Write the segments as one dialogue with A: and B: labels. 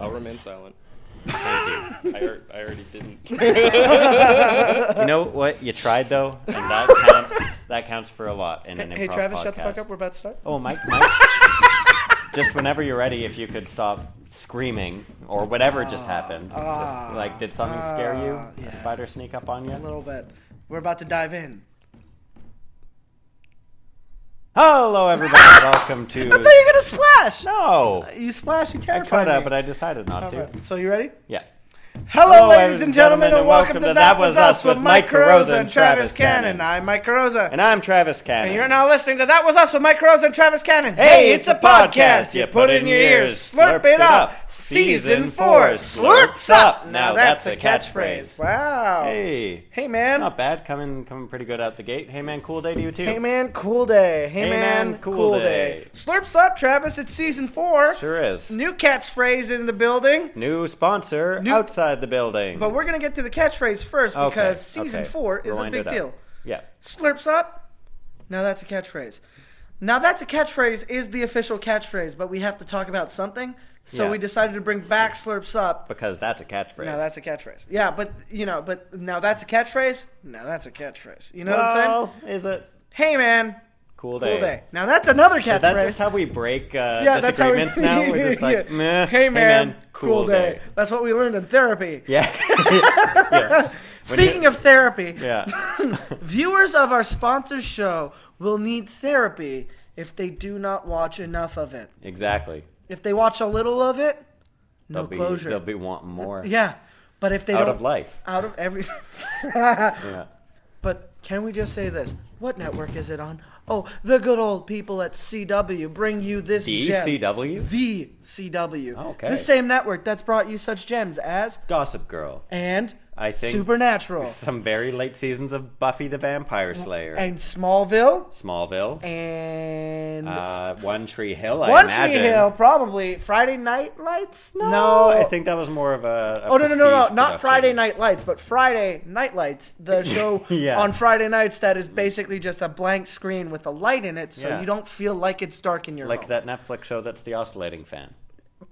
A: I'll remain silent.
B: Thank you.
A: I, ar- I already didn't.
B: You know what? You tried though, and that counts. That counts for a lot in an
C: Hey,
B: improv
C: Travis, shut the fuck
B: podcast.
C: up. We're about to start.
B: Oh, Mike, Mike. just whenever you're ready, if you could stop screaming or whatever just happened.
C: ah,
B: like, did something scare you?
C: ah,
B: A
C: yeah.
B: spider sneak up on
C: A
B: you?
C: little bit. We're about to dive in.
B: Hello, everybody. Welcome
C: I thought you
B: to.
C: were gonna splash.
B: No,
C: You splash. You
B: I
C: terrified
B: could have,
C: me.
B: but I decided not to.
C: So you ready?
B: Yeah.
C: Hello,
B: Hello,
C: ladies and gentlemen, and welcome, to That Was Us with Mike Carosa and Travis Cannon.
B: Cannon.
C: I'm Mike Carosa,
B: And I'm Travis Cannon.
C: and you're now listening to That Was Us with Mike Carosa and Travis Cannon.
B: Hey, it's a podcast. You put it in your ears,
C: slurp it up. Season four, slurps up. Now that's a catchphrase. Wow.
B: Hey.
C: Hey man.
B: Not bad. Coming, coming pretty good out the gate. Hey man, cool day to you too.
C: Hey man, cool day. Hey,
B: Hey,
C: man,
B: man,
C: cool,
B: cool
C: day.
B: day.
C: Slurps up, Travis. It's season four.
B: Sure is.
C: New catchphrase in the building.
B: New sponsor
C: New-
B: outside the building.
C: But we're gonna get to the catchphrase first
B: Okay,
C: because season
B: okay.
C: four is
B: Rewind
C: a
B: it
C: big
B: up.
C: deal.
B: Yeah.
C: Slurps up. Now that's a catchphrase. Now that's a catchphrase is the official catchphrase, but we have to talk about something. So
B: Yeah.
C: we decided to bring back slurps up.
B: Because that's a catchphrase.
C: Now that's a catchphrase. Yeah, but you know, but now that's a catchphrase. Now that's a catchphrase. You know what I'm saying?
B: Well, Is it
C: Hey man,
B: cool day?
C: cool day. Now that's another
B: Is that just
C: catchphrase.
B: how we break uh,
C: yeah, that's how we,
B: disagreements now? We're just like,
C: Yeah.
B: meh,
C: hey, man, cool day. That's what we learned in therapy.
B: Yeah. yeah. When you-
C: Speaking of therapy,
B: Yeah.
C: Viewers of our sponsor show will need therapy if they do not watch enough of it.
B: exactly.
C: If they watch a little of it, no
B: they'll be,
C: closure.
B: They'll be wanting more
C: yeah, but if they
B: out
C: don't,
B: of life.
C: out of every.
B: Yeah.
C: but can we just say this? What network is it on? Oh, the good old people at CW bring you this
B: E
C: gem.
B: DCW?
C: The CW.
B: Oh, Okay.
C: The same network that's brought you such gems as
B: Gossip Girl.
C: and
B: I think-
C: Supernatural
B: Some very late seasons of Buffy the Vampire Slayer.
C: and Smallville
B: Smallville.
C: and
B: uh, One Tree Hill, I
C: One
B: imagine.
C: Tree Hill, probably Friday Night Lights. No,
B: No, I think that was more of a. a
C: Oh no no no no!
B: prestige
C: Not Friday
B: production.
C: Night Lights, but Friday Night Lights, the show
B: Yeah.
C: on Friday nights that is basically just a blank screen with a light in it, so
B: Yeah.
C: you don't feel like it's dark in your
B: Like
C: home.
B: that Netflix show that's the oscillating fan.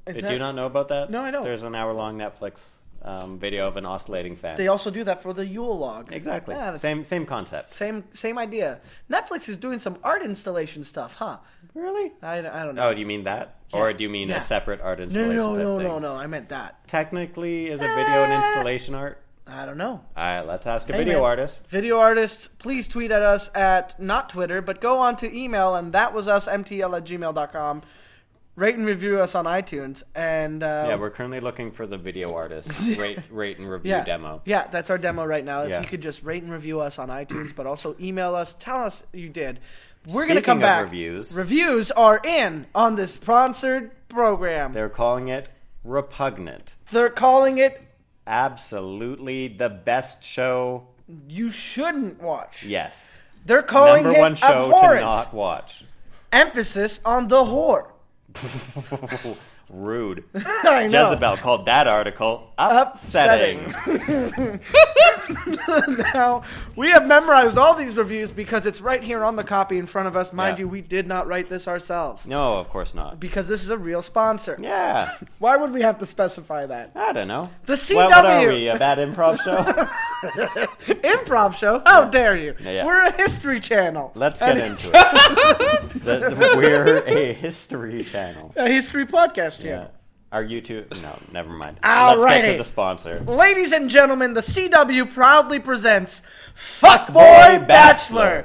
C: Is
B: Did
C: that-
B: you not know about that?
C: No, I don't.
B: There's an hour long Netflix um, video of an oscillating fan.
C: They also do that for the Yule log.
B: exactly.
C: Yeah, that's-
B: same same concept.
C: Same same idea. Netflix is doing some art installation stuff, huh?
B: Really?
C: I, I don't know.
B: Oh, do you mean that? Or do you mean
C: Uh, Yeah.
B: a separate art
C: no
B: installation?
C: no
B: type
C: no no
B: thing?
C: no no! I meant that.
B: Technically, is a video an
C: Ah.
B: installation art?
C: I don't know.
B: All right, let's ask a
C: Hey,
B: video
C: man.
B: artist.
C: Video artists, please tweet at us at not Twitter, but go on to email and that was us, mtl at gmail.com. Rate and review us on iTunes. And uh,
B: Yeah, we're currently looking for the video artist rate, rate and review
C: yeah,
B: demo.
C: Yeah, that's our demo right now. If
B: Yeah.
C: you could just rate and review us on iTunes, but also email us, tell us you did. We're going to come
B: Speaking of
C: back.
B: reviews.
C: Reviews are in on this sponsored program. They're,
B: They're calling it repugnant.
C: calling it
B: Absolutely the best show.
C: You Shouldn't Watch.
B: Yes,
C: They're calling
B: number
C: it
B: one show
C: abhorrent.
B: to not watch.
C: Emphasis on the whore.
B: Rude.
C: I know.
B: Jezebel called that article upsetting.
C: upsetting. now, we have memorized all these reviews because it's right here on the copy in front of us. Mind
B: Yeah.
C: you, we did not write this ourselves
B: No, of course not.
C: because this is a real sponsor.
B: Yeah,
C: Why would we have to specify that?
B: I don't know.
C: The
B: What, what are
C: CW.
B: we? A bad improv show?
C: Improv show? How dare you?
B: Yeah.
C: We're a history channel.
B: Let's
C: And
B: get into it. The- the- we're a history channel.
C: A history podcast
B: Yeah.
C: channel.
B: Are you two? No, never mind. Let's get
C: Alrighty.
B: to the sponsor.
C: Ladies and gentlemen, the CW proudly presents Fuckboy Bachelor,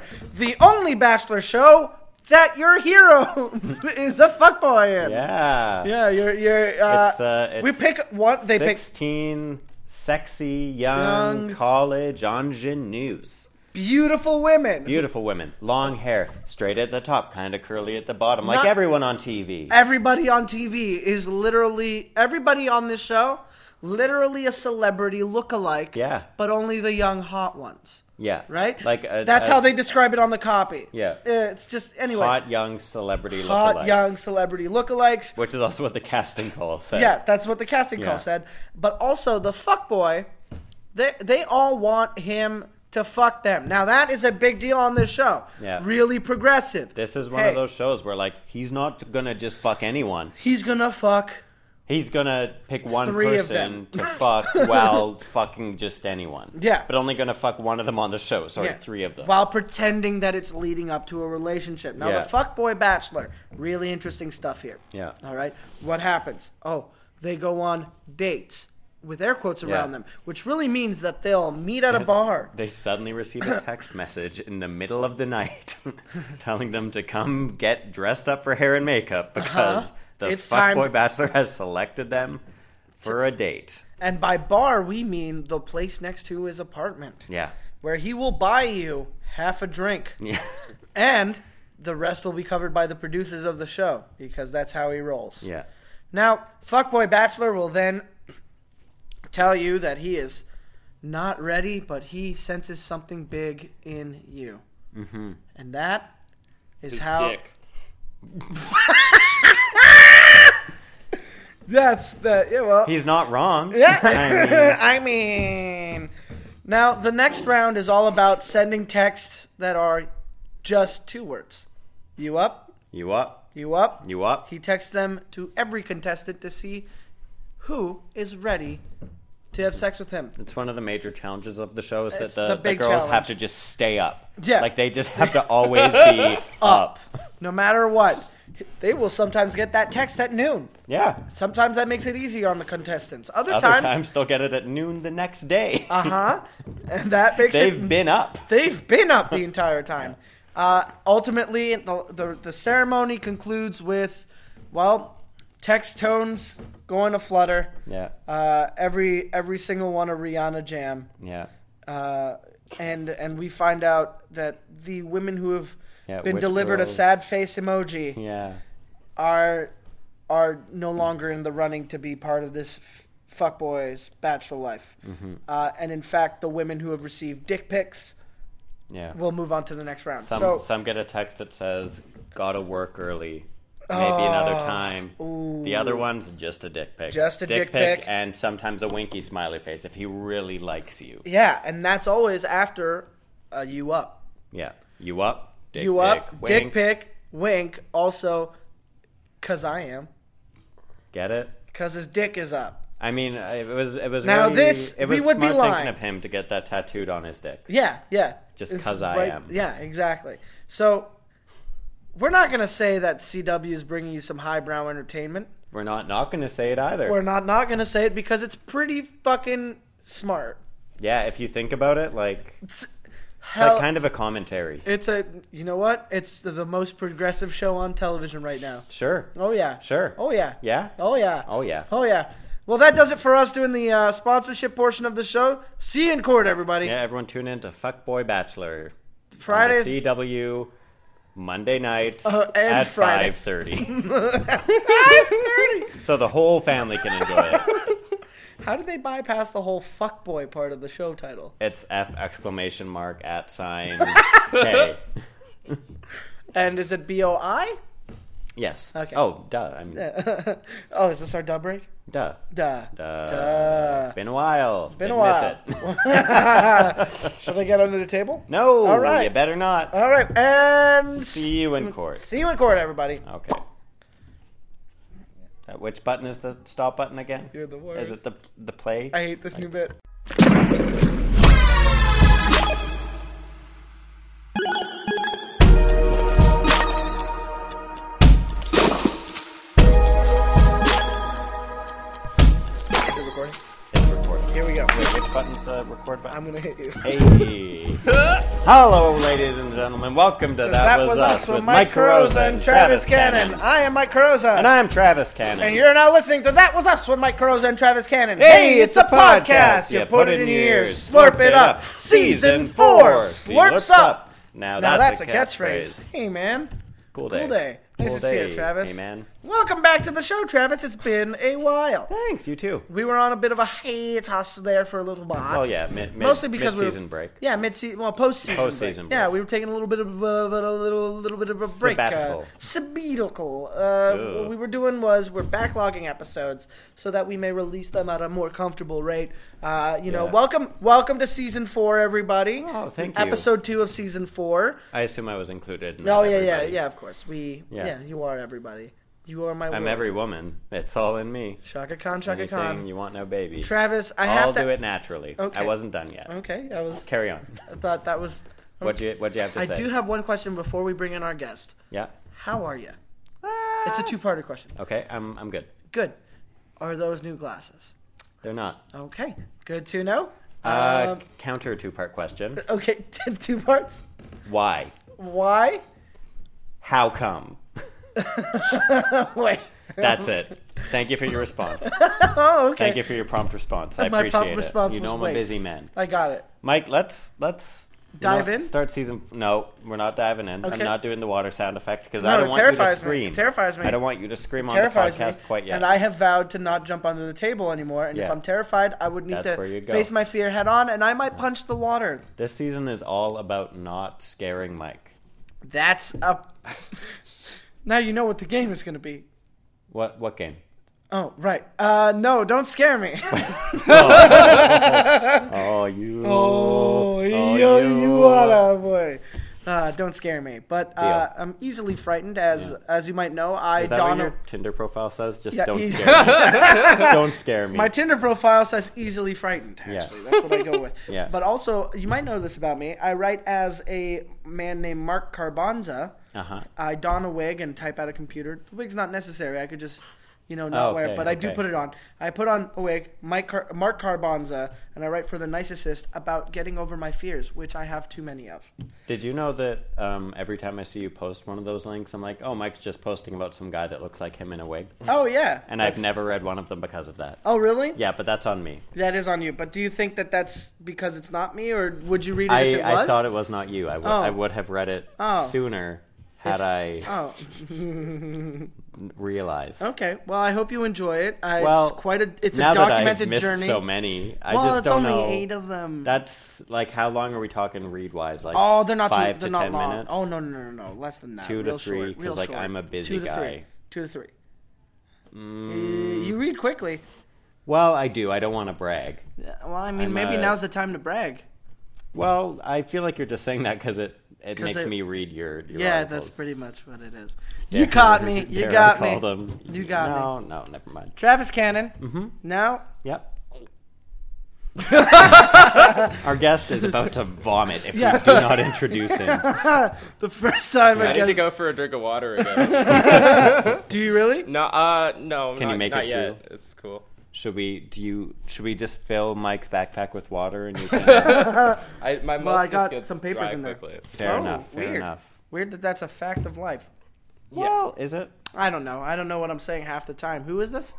B: Bachelor.
C: the only Bachelor show that your hero is a fuckboy in.
B: Yeah.
C: Yeah, you're you're. Uh,
B: It's, uh, it's
C: we pick one. They pick
B: 16 sexy, young,
C: Young.
B: college ingenues.
C: beautiful women.
B: Beautiful women. Long hair, straight at the top, kind of curly at the bottom, like
C: Not-
B: everyone on TV.
C: everybody on TV is literally everybody on this show, literally a celebrity look-alike.
B: Yeah.
C: but only the young hot ones,
B: yeah.
C: right?
B: Like a,
C: that's
B: a
C: how they describe it on the copy.
B: Yeah.
C: Uh, it's just anyway.
B: hot young celebrity
C: hot,
B: lookalikes.
C: young celebrity lookalikes.
B: Which is also what the casting call said.
C: Yeah, that's what the casting
B: Yeah.
C: call said. But also the fuck boy, they they all want him to fuck them. Now that is a big deal on this show.
B: Yeah.
C: Really progressive.
B: This is one
C: Hey,
B: of those shows where, like, he's not gonna just fuck anyone.
C: He's gonna fuck
B: He's gonna pick one
C: Three of
B: person
C: them.
B: to fuck while fucking just anyone.
C: Yeah.
B: But only gonna fuck one of them on the show, sorry,
C: Yeah.
B: Oh, three of them.
C: While pretending that it's leading up to a relationship. Now,
B: Yeah.
C: the fuckboy bachelor, really interesting stuff here.
B: Yeah.
C: All right. What happens? Oh, they go on dates with air quotes around them, which really means that they'll meet at a bar.
B: They suddenly receive a text message in the middle of the night telling them to come get dressed up for hair and makeup because the
C: Uh-huh. It's time-
B: fuckboy bachelor has selected them for a date.
C: And by bar, we mean the place next to his apartment,
B: Yeah.
C: where he will buy you half a drink.
B: Yeah.
C: And the rest will be covered by the producers of the show because that's how he rolls.
B: Yeah.
C: Now, Fuckboy Bachelor will then tell you that he is not ready, but he senses something big in you. Mm-hmm. And that is how.
A: dick.
C: That's the. Yeah, well.
B: He's not wrong.
C: Yeah.
B: I mean,
C: I mean, now the next round is all about sending texts that are just two words. You up?
B: you up?
C: You up?
B: You up?
C: He texts them to every contestant to see who is ready to have sex with him.
B: It's one of the major challenges of the show is that
C: It's
B: the,
C: the
B: the
C: big
B: girls have
C: challenge.
B: to just stay up.
C: Yeah.
B: Like they just have to always be up.
C: No matter what, they will sometimes get that text at noon.
B: Yeah.
C: Sometimes that makes it easy on the contestants. Other,
B: Other
C: times,
B: times they'll get it at noon the next day.
C: uh huh, and that makes it
B: They've been up.
C: They've been up the entire time. Uh, ultimately, the, the the ceremony concludes with, well, text tones going a flutter.
B: Yeah.
C: Uh, every every single one a Rihanna jam,
B: Yeah.
C: uh, and and we find out that the women who have
B: Yeah,
C: been
B: which
C: delivered a
B: girls-
C: sad face emoji
B: Yeah.
C: are are no longer in the running to be part of this f- fuckboys bachelor life.
B: Mm-hmm.
C: Uh, and in fact, the women who have received dick pics
B: Yeah.
C: we'll move on to the next round.
B: Some
C: so,
B: some get a text that says, "Gotta work early, maybe
C: Ah,
B: another time." The other one's just a dick pic,
C: Just a dick pic.
B: and sometimes a winky smiley face if he really likes you.
C: yeah, and that's always after uh, you up,
B: Yeah, you up? Dick
C: you up, dick
B: wink.
C: pic, wink. Also, cause I am,
B: Get it?
C: cause his dick is up.
B: I mean, it was it was
C: Now
B: really,
C: this,
B: it
C: we
B: was
C: would be
B: smart
C: lying.
B: thinking of him to get that tattooed on his dick.
C: Yeah, yeah.
B: Just
C: It's
B: 'cause I am.
C: Yeah, exactly. So, we're not gonna say that CW is bringing you some highbrow entertainment.
B: We're not not going to say it either.
C: We're not not gonna say it because it's pretty fucking smart.
B: yeah, if you think about it, like it's
C: It's,
B: like
C: hell,
B: kind of a commentary.
C: it's a you know what? It's the, the most progressive show on television right now.
B: Sure.
C: Oh yeah.
B: Sure.
C: Oh yeah.
B: Yeah.
C: Oh yeah.
B: Oh, yeah.
C: Oh yeah. Well, that does it for us doing the uh, sponsorship portion of the show. See you in court, everybody.
B: Yeah, everyone tune in to Fuckboy Bachelor. on the
C: Fridays.
B: CW Monday nights
C: Uh, and
B: at
C: Fridays.
B: five thirty. so the whole family can enjoy it.
C: How did they bypass the whole fuckboy part of the show title?
B: It's F exclamation mark at sign K.
C: And is it B O I?
B: Yes.
C: Okay.
B: Oh, duh. I mean,
C: Oh, is this our dub break?
B: duh.
C: Duh.
B: Duh.
C: Duh.
B: Been a while. Been
C: a
B: Miss it.
C: Should I get under the table?
B: no.
C: All right.
B: You better not.
C: All right, and
B: See you in court.
C: see you in court, everybody.
B: Okay. Uh, which button is the stop button again?
C: You're the worst.
B: Is it the the play?
C: I hate this new bit. Is it recording?
B: It's recording.
C: Here we go.
B: Which button's the record button?
C: I'm gonna hit you.
B: Hey. Hello, ladies and gentlemen. Welcome to That,
C: That was us with Mike Carosa and Travis Cannon. I am Mike Carosa.
B: And I'm Travis Cannon.
C: And you're now listening to That Was Us with Mike Carosa and Travis Cannon.
B: Hey, it's a podcast.
C: You put it in your ears, slurp it up. Season 4, slurps up.
B: Now,
C: Now
B: that's,
C: that's a catchphrase. Hey, man.
B: Cool day.
C: day. Nice to see you, Travis.
B: Hey, man.
C: Welcome back to the show, Travis. It's been a while.
B: Thanks, you too.
C: We were on a bit of a hiatus there for a little while.
B: Oh, yeah. Mid, mid,
C: Mostly because we were-
B: season break.
C: Yeah, mid-season, well, post-season.
B: Post-season
C: Yeah,
B: break.
C: we were taking a little bit of uh, a little, little bit of a break. Uh,
B: Sabbatical.
C: sabbatical. Uh, what
B: Ugh.
C: we were doing was we're backlogging episodes so that we may release them at a more comfortable rate. Uh, you know,
B: Yeah.
C: welcome, welcome to season four, everybody.
B: Oh, thank you.
C: Episode two of season four.
B: I assume I was included.
C: Oh
B: not
C: yeah, yeah,
B: everybody.
C: yeah. Of course, we. Yeah,
B: Yeah.
C: you are everybody. You are my
B: I'm
C: world.
B: every woman. It's all in me.
C: Shaka Khan, Shaka
B: Anything
C: Khan.
B: you want, no baby.
C: Travis, I
B: I'll
C: have to.
B: do it naturally. I
C: Okay.
B: wasn't done yet.
C: Okay, I was.
B: Carry on.
C: I thought that was.
B: What you What you have to
C: I
B: say?
C: do have one question before we bring in our guest.
B: yeah.
C: How are you?
B: Ah.
C: It's a two-parter question.
B: Okay, I'm I'm good.
C: Good. Are those new glasses?
B: They're not.
C: Okay. Good to know.
B: Uh,
C: Um,
B: counter two part question.
C: okay, two parts.
B: Why?
C: Why?
B: How come?
C: Wait.
B: That's it. Thank you for your response.
C: oh, okay.
B: Thank you for your prompt response. I
C: My prompt
B: appreciate it.
C: response
B: you know
C: was
B: I'm
C: wait.
B: a busy man.
C: I got it.
B: Mike, let's let's you
C: Dive
B: know,
C: in?
B: Start season. No, we're not diving in. I'm
C: Okay.
B: not doing the water sound effect because
C: No,
B: I
C: it
B: don't want you to
C: terrifies me.
B: scream.
C: It terrifies me.
B: I don't want you to scream on the
C: terrifies
B: podcast
C: me.
B: quite yet.
C: And I have vowed to not jump under the table anymore. And if
B: Yeah.
C: I'm terrified, I would need
B: That's where you
C: to
B: go.
C: face my fear head on, and I might punch the water.
B: This season is all about not scaring Mike.
C: That's a. now you know what the game is going to be.
B: What what game?
C: Oh right. Uh, no, don't scare me.
B: Oh you!
C: oh, yo, you are a boy. Uh, don't scare me. But uh,
B: Deal.
C: I'm easily frightened, as as you might know. I
B: Is that what
C: don.
B: your Tinder profile says? Just
C: Yeah,
B: don't
C: easy.
B: scare me. don't scare me.
C: My Tinder profile says easily frightened. Actually, that's what I go with.
B: Yeah.
C: But also, you might know this about me. I write as a man named Mark Carbanza.
B: uh huh.
C: I don a wig and type at a computer. The wig's not necessary. I could just, you know, not
B: Oh,
C: wear it,
B: okay,
C: but I do
B: okay.
C: put it on. I put on a wig, Mike Car- Mark Carbonza, and I write for the Nicest about getting over my fears, which I have too many of.
B: Did you know that um, every time I see you post one of those links, I'm like, oh, Mike's just posting about some guy that looks like him in a wig,
C: Oh yeah.
B: and
C: That's-
B: I've never read one of them because of that.
C: Oh really?
B: Yeah, but that's on me.
C: That is on you. But do you think that that's because it's not me, or would you read it if
B: I,
C: it was?
B: I thought it was not you. I would-
C: Oh.
B: I would have read it
C: Oh.
B: sooner had I
C: Oh,
B: realized.
C: okay. Well, I hope you enjoy it. Uh,
B: Well,
C: it's quite a Oh. it's
B: now
C: a documented
B: that I've missed
C: journey.
B: so many, I
C: well,
B: just
C: it's
B: don't
C: only
B: know.
C: eight of them.
B: That's like how long are we talking read wise? Like
C: Oh, they're not too-
B: five
C: they're
B: to
C: not
B: ten
C: long.
B: minutes.
C: Oh no, no, no, no, less than that.
B: Two to
C: real
B: three,
C: short,
B: 'cause,
C: real
B: like,
C: short.
B: I'm a busy
C: Two to Three.
B: guy. Mm.
C: Two to three. Uh, you read quickly.
B: Well, I do. I don't want to brag.
C: Yeah, Well, I mean,
B: I'm,
C: maybe
B: uh,
C: now's the time to brag.
B: Well, I feel like you're just saying that because it it
C: 'Cause
B: makes
C: it-
B: me read your. your
C: yeah,
B: articles.
C: that's pretty much what it is.
B: Dare
C: You caught me. You
B: dare I
C: got me.
B: call them-
C: You got me.
B: no, No, never mind.
C: Travis Cannon. Mm-hmm. Now,
B: Yep. Our guest is about to vomit if
C: Yeah.
B: we do not introduce him.
C: the first time I,
A: I need
C: guess.
A: to go for a drink of water again.
C: Do you really?
A: no, uh, no.
B: Can you
A: not,
B: make
A: not
B: it
A: yet. It's cool.
B: Should we? Do you? Should we just fill Mike's backpack with water and you can?
A: I my mouth
C: Well, I
A: just
C: got
A: gets
C: some papers
A: dry
C: in there.
A: quickly.
B: fair
C: Oh,
B: enough. Fair
C: weird.
B: enough.
C: Weird that that's a fact of life.
B: Well, is it
C: I don't know. I don't know what I'm saying half the time. Who is this?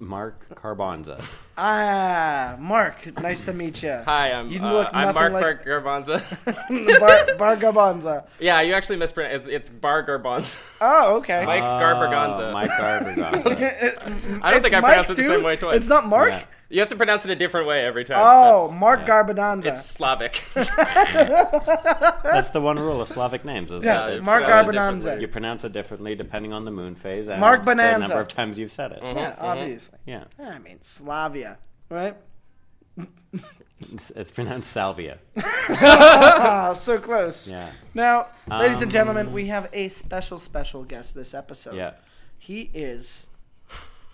B: Mark Carbonza?
C: Ah, Mark. Nice to meet you.
A: Hi, I'm
C: You
A: uh,
C: look
A: I'm Mark
C: nothing like-
A: Mark Garbanza.
C: Bar, Bar Garbanza.
A: yeah, you actually mispronounced. It's, it's Bar Garbanza.
C: Oh, okay.
A: Mike Garbagonza.
B: Oh, Mike Garbagonza.
A: I don't think I pronounced it the same way twice.
C: It's not Mark.
B: Yeah.
A: You have to pronounce it a different way every time.
C: Oh,
A: That's-
C: Mark
B: yeah.
C: Garbadanza.
A: it's uh, Slavic.
B: That's the one rule of Slavic names. Is
C: yeah,
B: that it's-
C: Mark
A: pronounced it
C: Garbadanza.
A: differently.
B: You pronounce it differently depending on the moon phase and
C: Mark
B: the
C: Bonanza.
B: number of times you've said it.
A: Mm-hmm.
C: Yeah, obviously.
B: Yeah,
C: I mean, Slavia, right?
B: it's, it's pronounced salvia.
C: Ah, so close.
B: Yeah,
C: Now, ladies and
B: Um,
C: gentlemen, we have a special, special guest this episode.
B: yeah.
C: He is,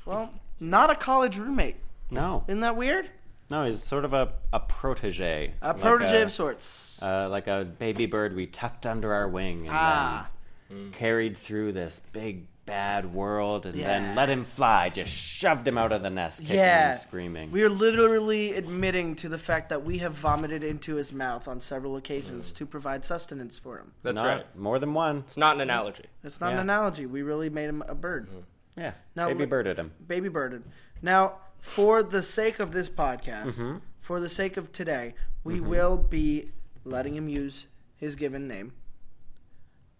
C: well, not a college roommate.
B: No,
C: Isn't that weird?
B: no, he's sort of a a protege,
C: A
B: Like
C: protege
B: a-
C: of sorts.
B: uh, like a baby bird we tucked under our wing and
C: Ah.
B: then carried through this big bad world and
C: Yeah.
B: then let him fly. Just shoved him out of the nest, kicking
C: Yeah.
B: and screaming.
C: We are literally admitting to the fact that we have vomited into his mouth on several occasions
B: Mm-hmm.
C: to provide sustenance for him.
A: That's
B: Not-
A: right.
B: More than one.
A: It's not an analogy.
C: It's not an
B: Yeah. Mm-hmm.
C: analogy. We really made him a bird,
B: Yeah.
C: Now
B: baby
C: look-
B: birded him.
C: baby birded. Now, for the sake of this podcast,
B: Mm-hmm.
C: for the sake of today, we will be letting him use his given name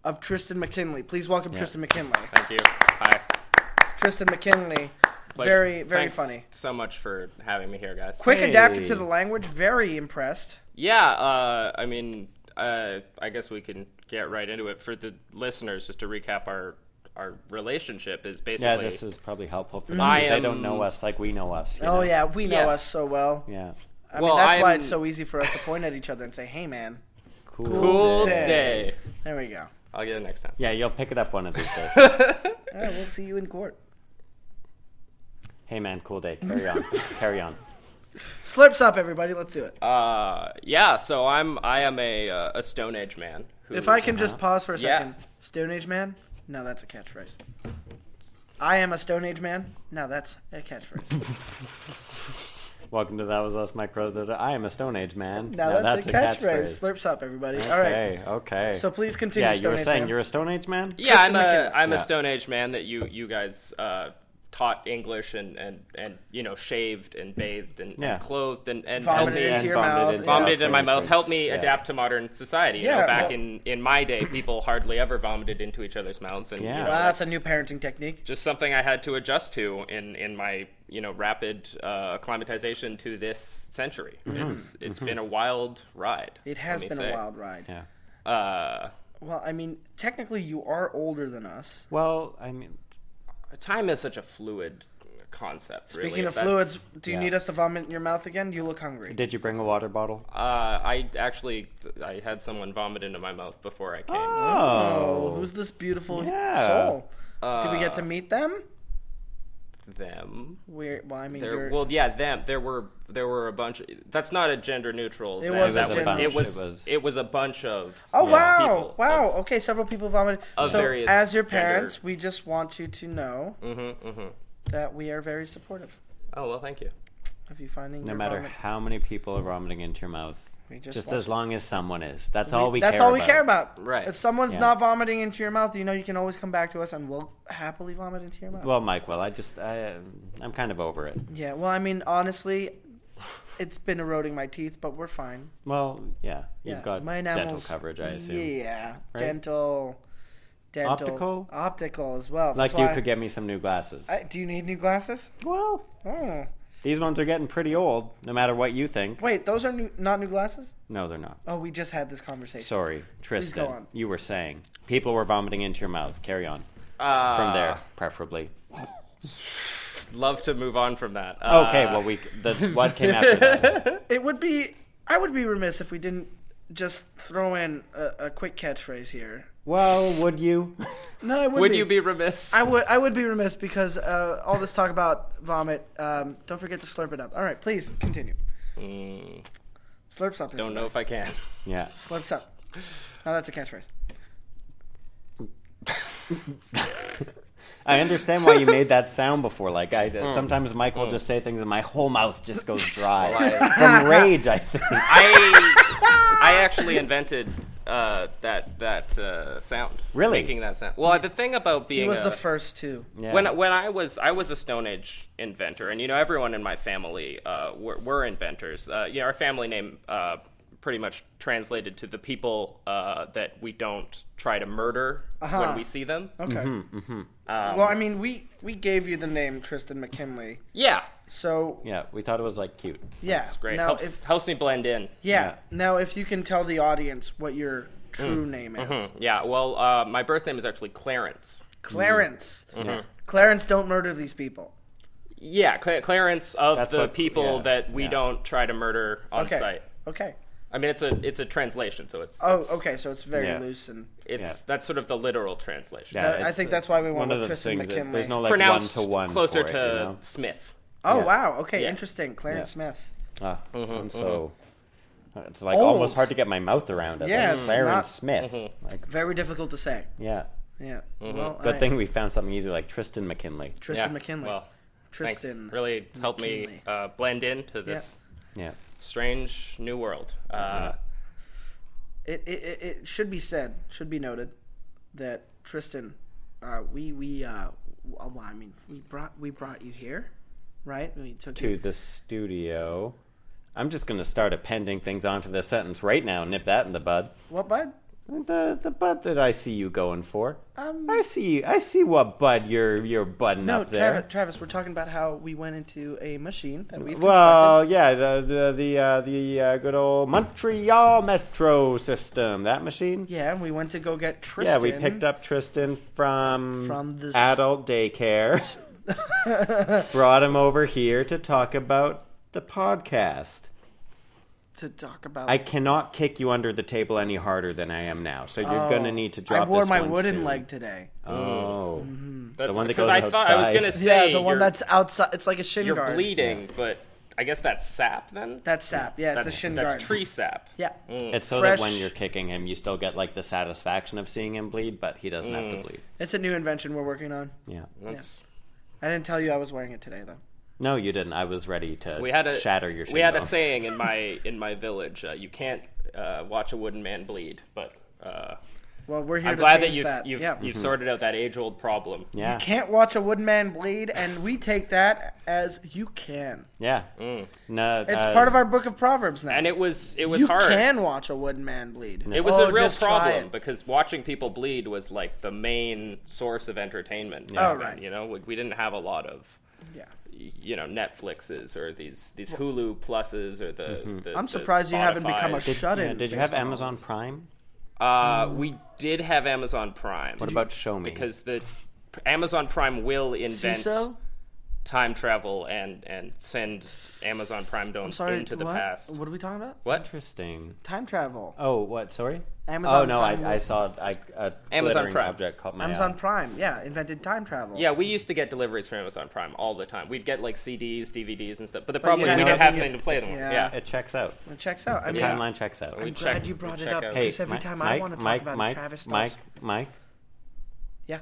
C: of Tristan McKinley. Please welcome Tristan McKinley.
A: Thank you. Hi.
C: Tristan McKinley,
A: Pleasure.
C: very very
A: Thanks
C: funny.
A: So much for having me here, guys.
C: Quick adapted
B: Hey.
C: to the language. Very impressed.
A: Yeah, uh, I mean, uh, I guess we can get right into it. For the listeners, just to recap, our our relationship is
B: Yeah,
A: basically
B: this is probably helpful
D: Mm.
B: for them.
A: I
B: 'cause They don't
A: am-
B: know us like we know us. you
C: Oh
B: know?
C: yeah, we know
A: Yeah.
C: us so well.
B: Yeah.
C: I
A: Well,
C: mean, that's why
A: I'm-
C: it's so easy for us to point at each other and say, "Hey, man."
B: Cool.
A: cool
C: day.
A: day.
C: There we go.
D: I'll get it next time.
B: Yeah, you'll pick it up one of these days.
C: All right, we'll see you in court.
B: hey, man, cool day. Carry on. Carry on.
C: Slurps up, everybody. Let's do it.
D: Uh, yeah. So I'm I am a uh, a Stone Age man. Who,
C: if I can just pause for a
D: Yeah.
C: second. Stone Age man? No, that's a catchphrase. I am a Stone Age man? No, that's a catchphrase.
B: Welcome to That Was Us, My Crow. Da- Da. I am a Stone Age man.
C: No,
B: Now
C: that's, a catchphrase. Slurps up, everybody. All right.
B: Okay, okay.
C: So please continue.
B: yeah, you
C: Stone
B: were
C: Age
B: saying
C: man.
B: you're a Stone Age man?
D: yeah, I'm
C: Tristan
D: a
C: McKenna.
D: I'm a
B: Yeah.
D: Stone Age man that you you guys uh, taught English and and and you know shaved and bathed and,
B: Yeah.
D: and clothed and and helped
C: Vomited
D: me
C: into
B: and
C: your
B: vomited
C: mouth.
B: into
C: Yeah.
D: vomited
B: your
D: in my
B: face.
D: mouth helped me
B: Yeah.
D: adapt to modern society. You
C: Yeah,
D: know, back
C: well-
D: in in my day, people hardly ever vomited into each other's mouths, and you know,
B: Yeah. Wow,
C: Wow, that's a
D: that's
C: new parenting technique.
D: just something I had to adjust to in in my you know rapid uh, acclimatization to this century. It's it's been a wild ride.
C: Mm-hmm. It
D: let
C: has
D: me
C: been
D: say.
C: a wild ride.
B: Yeah.
D: Uh,
C: Well, I mean, technically, you are older than us.
B: Well, I mean,
D: time is such a fluid concept.
C: Speaking
D: really,
C: of
D: That's-
C: fluids, do you
B: yeah.
C: need us to vomit in your mouth again? You look hungry.
B: did you bring a water bottle?
D: Uh, I actually I had someone vomit into my mouth before I came.
C: Ah.
D: so-
B: Oh.
C: who's this beautiful
B: Yeah.
C: soul? Did we get
D: Uh,
C: to meet them?
D: them.
C: We're, well, I mean,
D: There,
C: you're,
D: well, yeah, them. There were there were a bunch. that's not a gender neutral.
C: It
D: thing.
C: was a
D: that
C: gender-
D: It was,
B: It was-
D: it was a bunch of.
C: oh
D: yeah,
C: wow,
D: people of-
C: wow. okay, several people vomited.
D: of
C: So,
D: various
C: as your
D: gender- Mm-hmm,
C: parents, we just want you to know that we are very supportive
D: Oh well, thank you.
C: of you finding
B: No
C: your
B: matter
C: vomit.
B: how many people are vomiting into your mouth,
C: We just
B: just,
C: want-
B: as long as someone is. That's all we
C: That's
B: care
C: all we
B: about.
C: care about.
D: Right.
C: If someone's
B: Yeah.
C: not vomiting into your mouth, you know you can always come back to us, and we'll happily vomit into your mouth.
B: Well, Mike, well, I just, I, um, I'm kind of over it.
C: yeah. Well, I mean, honestly, it's been eroding my teeth, but we're fine.
B: Well, yeah, you've
C: yeah,
B: got
C: my
B: dental
C: enamels-
B: coverage, I assume.
C: Yeah, dental, dental,
B: Optical?
C: optical as well.
B: Like
C: That's
B: you
C: why-
B: could get me some new glasses.
C: I, do you need new glasses?
B: Well,
C: Oh,
B: these ones are getting pretty old, no matter what you think.
C: wait, those are new, not new glasses.
B: No, they're not.
C: Oh, we just had this conversation.
B: Sorry, Tristan.
C: on.
B: You were saying people were vomiting into your mouth. Carry on
D: Uh,
B: from there, preferably.
D: love to move on from that.
B: Okay,
D: Uh,
B: well, we the, what came after that?
C: It would be, I would be remiss if we didn't just throw in a, a quick catchphrase here.
B: Well, would you?
C: No, it would,
D: would you be remiss?
C: I would, I would be remiss because uh, all this talk about vomit. Um, don't forget to slurp it up. All right, please continue.
D: Mm,
C: Slurp something.
D: don't know if I can.
B: Yeah.
C: Slurps up. Now that's a catchphrase.
B: I understand why you made that sound before. Like I,
D: Hmm.
B: sometimes Mike will just say things, and my whole mouth just goes dry from rage. I think.
D: I I actually invented uh, that that uh, sound.
B: Really?
D: making that sound. Well, the thing about being
C: He was
D: a-
C: the first too.
B: Yeah.
D: When when I was I was a Stone Age inventor, and you know everyone in my family uh, were, were inventors. Uh, you know our family name uh, pretty much translated to the people uh, that we don't try to murder
C: Uh-huh.
D: when we see them.
C: Okay.
D: Mm-hmm, Um,
C: well, I mean, we we gave you the name Tristan McKinley,
D: Yeah,
C: so yeah,
B: yeah, we thought it was like cute.
D: it's great.
C: Now,
D: helps
C: if,
D: helps me blend in.
C: yeah.
B: Yeah.
C: Now, if you can tell the audience what your true
D: Mm-hmm.
C: name is,
D: Yeah. Well, uh, my birth name is actually Clarence.
C: Clarence.
D: Mm-hmm.
C: Clarence, don't murder these people.
D: Yeah, Cla- Clarence of
B: That's
D: the
B: what-
D: people
B: yeah,
D: that we
B: yeah.
D: don't try to murder on
C: Okay.
D: site.
C: Okay.
D: I mean, it's a it's a translation, so it's
C: Oh,
D: it's,
C: okay. So it's very
B: Yeah.
C: loose and
D: It's
B: Yeah.
D: that's sort of the literal translation.
B: Yeah,
C: I
B: it's-
C: think that's
B: it's
C: why we went
B: one
C: with
B: of those
C: Tristan
B: things that
C: McKinley.
B: There's no like one
D: pronounced
B: to one
D: closer
B: for it,
D: to
B: you know?
D: Smith.
C: oh
B: Yeah.
C: wow. Okay,
D: Yeah.
C: interesting. Clarence Smith.
B: Ah,
D: Mm-hmm,
B: sounds so it's like
C: Old.
B: almost hard to get my mouth around it.
C: Oh. Yeah,
B: like
C: it's
B: Clarence
C: not-
B: Smith.
D: Mm-hmm.
B: Like,
C: Very difficult to say.
B: yeah.
C: Yeah. Well,
B: Good
C: I-
B: thing we found something easy like Tristan McKinley.
C: Tristan
D: Yeah,
C: McKinley.
D: Well, thanks.
C: Tristan.
D: Really helped me
C: McKinley.
D: uh, blend into this
B: Yeah.
D: strange new world. Uh,
C: it, it, it- it should be said, should be noted, that Tristan, uh, we we uh, well, I mean, we brought we brought you here, right? We took
B: To
C: you.
B: the studio. I'm just gonna start appending things onto this sentence right now. Nip that in the bud.
C: What, bud?
B: The the bud that I see you going for.
C: Um,
B: I see I see what bud you're you're budding
C: no,
B: up there.
C: Travis, Travis. We're talking about how we went into a machine that we've constructed.
B: Well, yeah, the the the, uh, the uh, good old Montreal Metro system. That machine.
C: yeah, and we went to go get Tristan.
B: Yeah, we picked up Tristan from
C: From the s-
B: adult daycare. Brought him over here to talk about the podcast.
C: to talk about.
B: I cannot kick you under the table any harder than I am now, so you're gonna need to drop.
C: oh, I wore
B: this
C: my
B: one
C: wooden
B: soon.
C: leg Mm-hmm. today.
B: Oh,
D: That's
B: one that
D: because
B: goes
D: I thought I was
B: outside.
D: gonna say
C: yeah, the one
D: you're-
C: that's outside. It's like a shin
D: you're
C: guard.
D: bleeding, but I guess that's sap then.
C: That's sap. Yeah, it's
D: that's
C: a shin
D: that's
C: guard.
D: tree sap.
C: Yeah.
B: it's so that when
C: fresh-
B: you're kicking him, you still get like the satisfaction of seeing him bleed, but he doesn't
D: Mm.
B: have to bleed.
C: It's a new invention we're working on.
B: Yeah.
D: That's-
C: I didn't tell you I was wearing it today though.
B: No, you didn't. I was ready to
D: We had a
B: shatter your.
D: We had a
B: shinbone.
D: saying in my in my village. Uh, you can't uh, watch a wooden man bleed, but. Uh,
C: Well, we're here
D: I'm
C: to
D: glad that
C: change
D: you've
C: that.
D: you've,
C: yeah.
D: you've sorted out that age old problem.
B: Mm-hmm. Yeah.
C: Can't watch a wooden man bleed, and we take that as you can.
B: Yeah.
D: Mm.
B: No,
C: It's
B: uh,
C: part of our book of proverbs now.
D: And it was it was
C: you
D: hard.
C: can watch a wooden man bleed.
D: It was
C: Oh,
D: a real
C: just try
D: problem
C: it.
D: because watching people bleed was like the main source of entertainment.
B: Yeah.
C: Oh, right.
D: You know, we, we didn't have a lot of
C: Yeah.
D: you know Netflixes or these these Hulu pluses or the. the-
C: I'm
D: the
C: surprised you haven't become a
D: Spotifys.
C: shut-in.
B: yeah, did you
C: based
B: have
C: on all
B: Amazon Prime?
D: Uh, we did have Amazon Prime.
B: What about Show Me?
D: because the Amazon Prime will invent
C: CISO?
D: time travel and and send Amazon Prime
C: I'm
D: domes
C: sorry.
D: into the
C: what?
D: past.
C: What are we talking about?
D: What?
B: interesting.
C: Time travel.
B: Oh, what? Sorry.
C: Amazon
B: Oh no,
C: Prime.
B: I, I saw I, a
D: Amazon
B: glittering
D: Prime.
B: object caught my
C: Amazon
B: eye.
C: Prime. Yeah, invented time travel.
D: Yeah, we used to get deliveries from Amazon Prime all the time. We'd get like CDs, DVDs, and stuff. But the problem
C: you
D: is we
B: had
D: didn't
B: nothing
D: have
C: you-
D: anything to play them. with.
C: Yeah.
D: Yeah.
B: It checks out.
C: It checks out. I mean,
D: Yeah.
B: Timeline checks out.
D: We
C: I'm glad
D: check-
C: you
D: we
C: brought it
D: check
C: up
D: out-
B: Hey,
C: because every
B: Mi-
C: time
B: Mike,
C: I want to talk
B: Mike,
C: about
B: Mike,
C: it, Travis talks.
B: Mike, Mike,
C: yeah.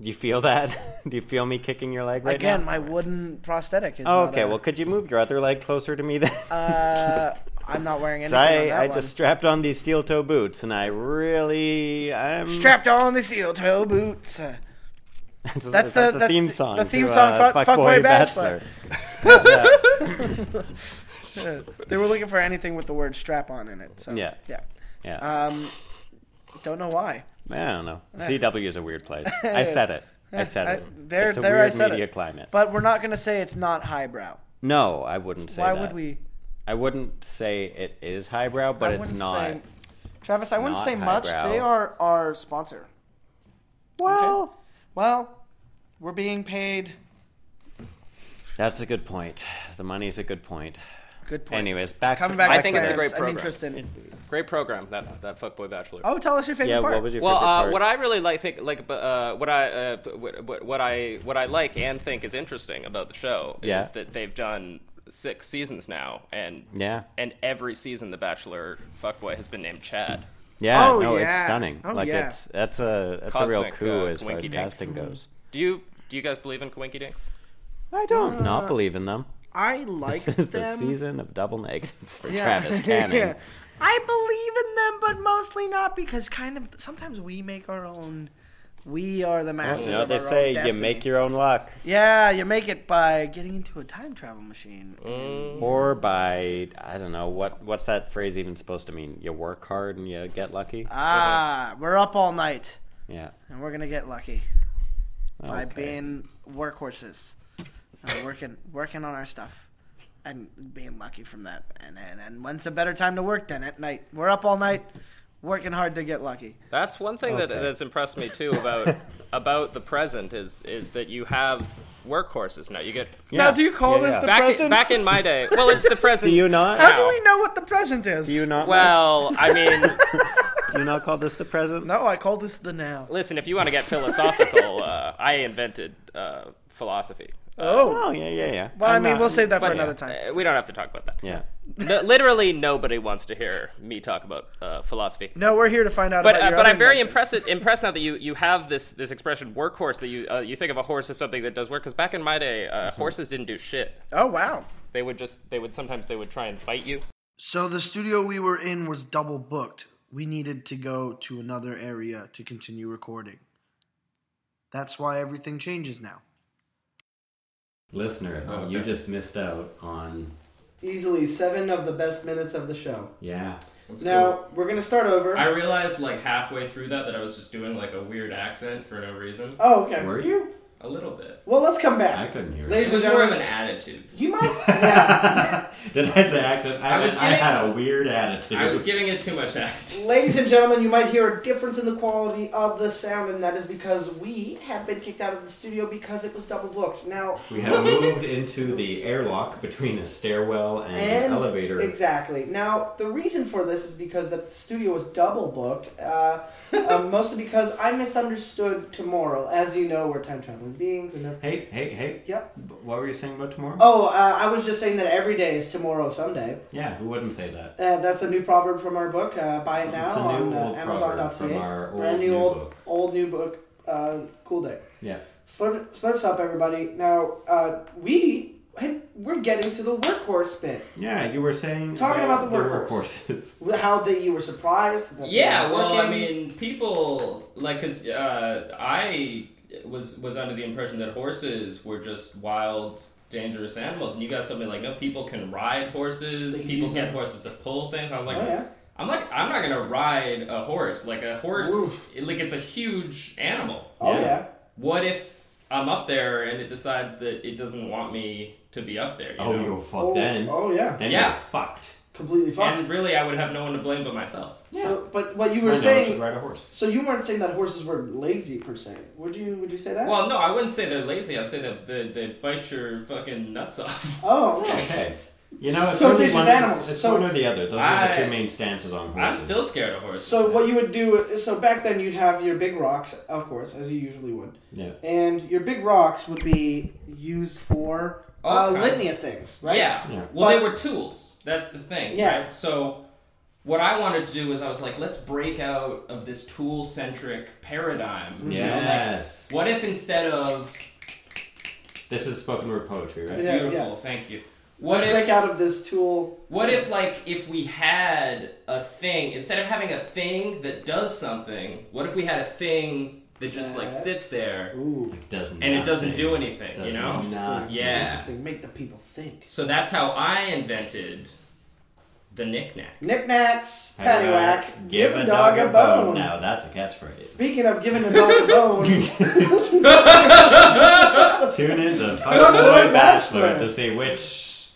B: do you feel that? do you feel me kicking your leg right
C: Again,
B: now?
C: my wooden prosthetic is.
B: Oh,
C: not
B: okay.
C: a-
B: Well, could you move your other leg closer to me then?
C: uh, I'm not wearing anything. on
B: I,
C: that
B: I
C: one.
B: just strapped on these steel toe boots, and I really I'm
C: strapped on the seal toe boots. Uh,
B: That's,
C: That's the-
B: the
C: that's
B: theme
C: the-
B: song.
C: the theme
B: to,
C: song,
B: uh,
C: Fuck-
B: Fuckboy
C: Fuckboy Bachelor.
B: Bachelor.
C: uh, they were looking for anything with the word strap on in it. So
B: Yeah.
C: yeah.
B: Yeah,
C: Um, don't know why.
B: I don't know. CW is a weird place. I said it. I said
C: I-
B: it.
C: there-
B: it's a
C: there I
B: weird
C: said it.
B: media climate.
C: But we're not gonna say it's not highbrow.
B: no, I wouldn't say
C: Why
B: that.
C: would we?
B: I wouldn't say it is highbrow, but
C: I
B: it's
C: wouldn't
B: not.
C: say- Travis, I wouldn't
B: not
C: say much.
B: highbrow.
C: They are our sponsor.
B: well,
C: Well, we're being paid.
B: that's a good point. The money's a good point.
C: Good point.
B: Anyways, back
C: coming
B: to
C: back.
D: I
C: to
D: think it's a
C: clearance,
D: great program.
C: I'm interested. in-
D: Great program that that fuckboy bachelor.
C: Oh, tell us your favorite
B: Yeah,
C: part.
B: what was your
D: well,
B: favorite
D: uh,
B: part?
D: what I really like, think, like, uh, what I, uh, what, what- what I, what I like and think is interesting about the show
B: Yeah.
D: is that they've done six seasons now, and
B: Yeah.
D: and every season the Bachelor fuckboy has been named Chad.
B: Yeah,
C: Oh,
B: no,
C: yeah.
B: it's stunning.
C: Oh,
B: like
C: yeah.
B: it's that's a that's a real
D: Cosmic,
B: coup
D: uh,
B: as far as
D: winky-dink.
B: casting goes.
C: Mm.
D: Do you do you guys believe in Coinky Dinks?
B: I don't not believe in them.
C: I like
B: This is the
C: Uh, them.
B: season of double negatives for
C: Yeah.
B: Travis Cannon.
C: Yeah. I believe in them, but mostly not because kind of sometimes we make our own. We are the masters.
B: You know,
C: of
B: they
C: our
B: say
C: own
B: you
C: destiny.
B: make your own luck,
C: Yeah, you make it by getting into a time travel machine.
B: Mm-hmm. or by I don't know what what's that phrase even supposed to mean? You work hard and you get lucky.
C: Ah, we're up all night
B: yeah,
C: and we're gonna get lucky by
B: Okay.
C: being workhorses, and working working on our stuff, and being lucky from that. And and and when's a better time to work than at night? We're up all night, working hard to get lucky.
D: That's one thing that
B: Okay.
D: that's impressed me too about about the present is is that you have workhorses now. You get
B: Yeah.
C: Now, do you call
B: Yeah,
C: this
B: yeah.
C: the
D: back
C: present?
D: in, back in my day. Well, it's the present.
B: Do you not?
C: How do
D: now.
C: we know what the present is?
B: Do you not?
D: Well, I mean.
B: do you not call this the present?
C: No, I call this the now.
D: Listen, if you want to get philosophical, uh, I invented uh, philosophy. Uh,
B: Oh yeah, yeah, yeah.
C: Well, i
B: I'm
C: mean,
B: not-
C: we'll save that for
D: but-
C: another time.
D: uh, we don't have to talk about that.
B: Yeah,
D: No- literally, nobody wants to hear me talk about uh, philosophy.
C: No, we're here to find out
D: But,
C: about
D: uh,
C: your
D: but
C: other
D: I'm very
C: inventions.
D: impressed, impressed now that you, you have this, this expression workhorse that you uh, you think of a horse as something that does work because back in my day uh,
B: Mm-hmm.
D: horses didn't do shit
C: Oh wow.
D: they would just they would sometimes they would try and bite you
C: So the studio we were in was double booked. We needed to go to another area to continue recording. That's why everything changes now.
B: listener,
C: Oh,
B: at home, you just missed out on.
C: Easily seven of the best minutes of the show.
B: Yeah,
C: now we're gonna start over.
D: realized like halfway through that that I was just doing like a weird accent for no reason
C: oh okay.
B: were you?
D: a little bit
C: Well, let's come back.
B: I couldn't hear.
C: Ladies
B: you.
C: and gentlemen,
D: attitude
C: you might. Yeah.
B: Did I say accent? I,
D: I was
B: I
D: getting-
B: had a weird attitude.
D: I was giving it too much act.
C: Ladies and gentlemen, you might hear a difference in the quality of the sound, and that is because we have been kicked out of the studio because it was double booked. Now,
B: We have moved into the airlock between a stairwell and, an
C: And-
B: elevator.
C: Exactly. Now, the reason for this is because the studio was double booked, uh, uh, mostly because I misunderstood tomorrow. As you know, we're time traveling beings, and everything.
B: Hey, hey, hey.
C: Yep.
B: B- What were you saying about tomorrow?
C: Oh, uh, I was just saying that every day is tomorrow someday.
B: Yeah, who wouldn't say that?
C: Uh, that's a new proverb from our book. Uh, buy it now
B: It's a
C: on
B: new
C: uh,
B: old proverb
C: Amazon.ca.
B: from our old
C: Brand new,
B: new
C: old,
B: book.
C: old new book. Uh, cool day.
B: Yeah.
C: Slurp, slurps up, everybody. Now uh, we we're getting to the workhorse bit.
B: Yeah, you were saying
C: Talking about the
B: workhorses.
C: workhorse. How that you were surprised. that they
D: Yeah,
C: weren't
D: well, I
C: working.
D: mean, people like because uh, I was was under the impression that horses were just wild, dangerous animals, and you guys told me like, no, people can ride horses.
C: They can
D: people
C: use
D: can have
C: them.
D: horses to pull things. I was like,
C: Oh, yeah.
D: I'm like, I'm not gonna ride a horse. Like a horse,
C: Oof.
D: it- like it's a huge animal.
C: Oh
B: Yeah.
C: yeah.
D: What if I'm up there and it decides that it doesn't want me to be up there? You
B: Oh,
D: know?
B: you're fucked
C: Oh,
B: then.
C: oh yeah.
B: Then
D: Yeah.
B: you're fucked.
C: Completely fucked.
D: and really, I would have no one to blame but myself.
C: So, but what you
B: It's
C: were
B: my knowledge to
C: saying.
B: ride a horse.
C: So you weren't saying that horses were lazy per se. Would you? Would you say that?
D: Well, no, I wouldn't say they're lazy. I'd say that they, they bite your fucking nuts off.
C: oh. okay.
B: Okay. You know, it's
C: So
B: really
C: vicious
B: one,
C: animals.
B: It's, it's
C: So-
B: one or the other. Those are the
D: I-
B: two main stances on
D: I'm
B: horses.
D: still scared of horses.
C: So what you would do? So back then you'd have your big rocks, of course, as you usually would,
B: Yeah.
C: and your big rocks would be used for
D: All
C: uh,
D: kinds.
C: litany of things, right?
D: Yeah.
B: Yeah.
D: Well,
C: But-
D: they were tools. That's the thing.
C: Yeah.
D: Right? So what I wanted to do was I was like, let's break out of this tool centric paradigm. you know, like,
B: Yes.
D: what if instead of
B: This is spoken word poetry, right?
C: Yeah,
D: beautiful?
C: yeah.
D: Thank you. What
C: Let's
D: if
C: break out of this tool.
D: What if, like, if we had a thing, instead of having a thing that does something, what if we had a thing that just, like,
C: Yeah.
D: sits there
C: Ooh,
B: It doesn't.
D: and it doesn't do
B: anything.
D: anything, you
B: Does
D: know?
B: not.
C: interesting.
D: yeah.
C: interesting. Make the people think.
D: So that's how I invented the knickknack.
C: Knickknacks, paddywhack, give a dog a bone.
B: Now that's a catchphrase.
C: Speaking of giving a dog a bone,
B: Tune in to Fuck
C: Fuck
B: Boy
C: Boy
B: Bachelor
C: Bachelor.
B: to see which,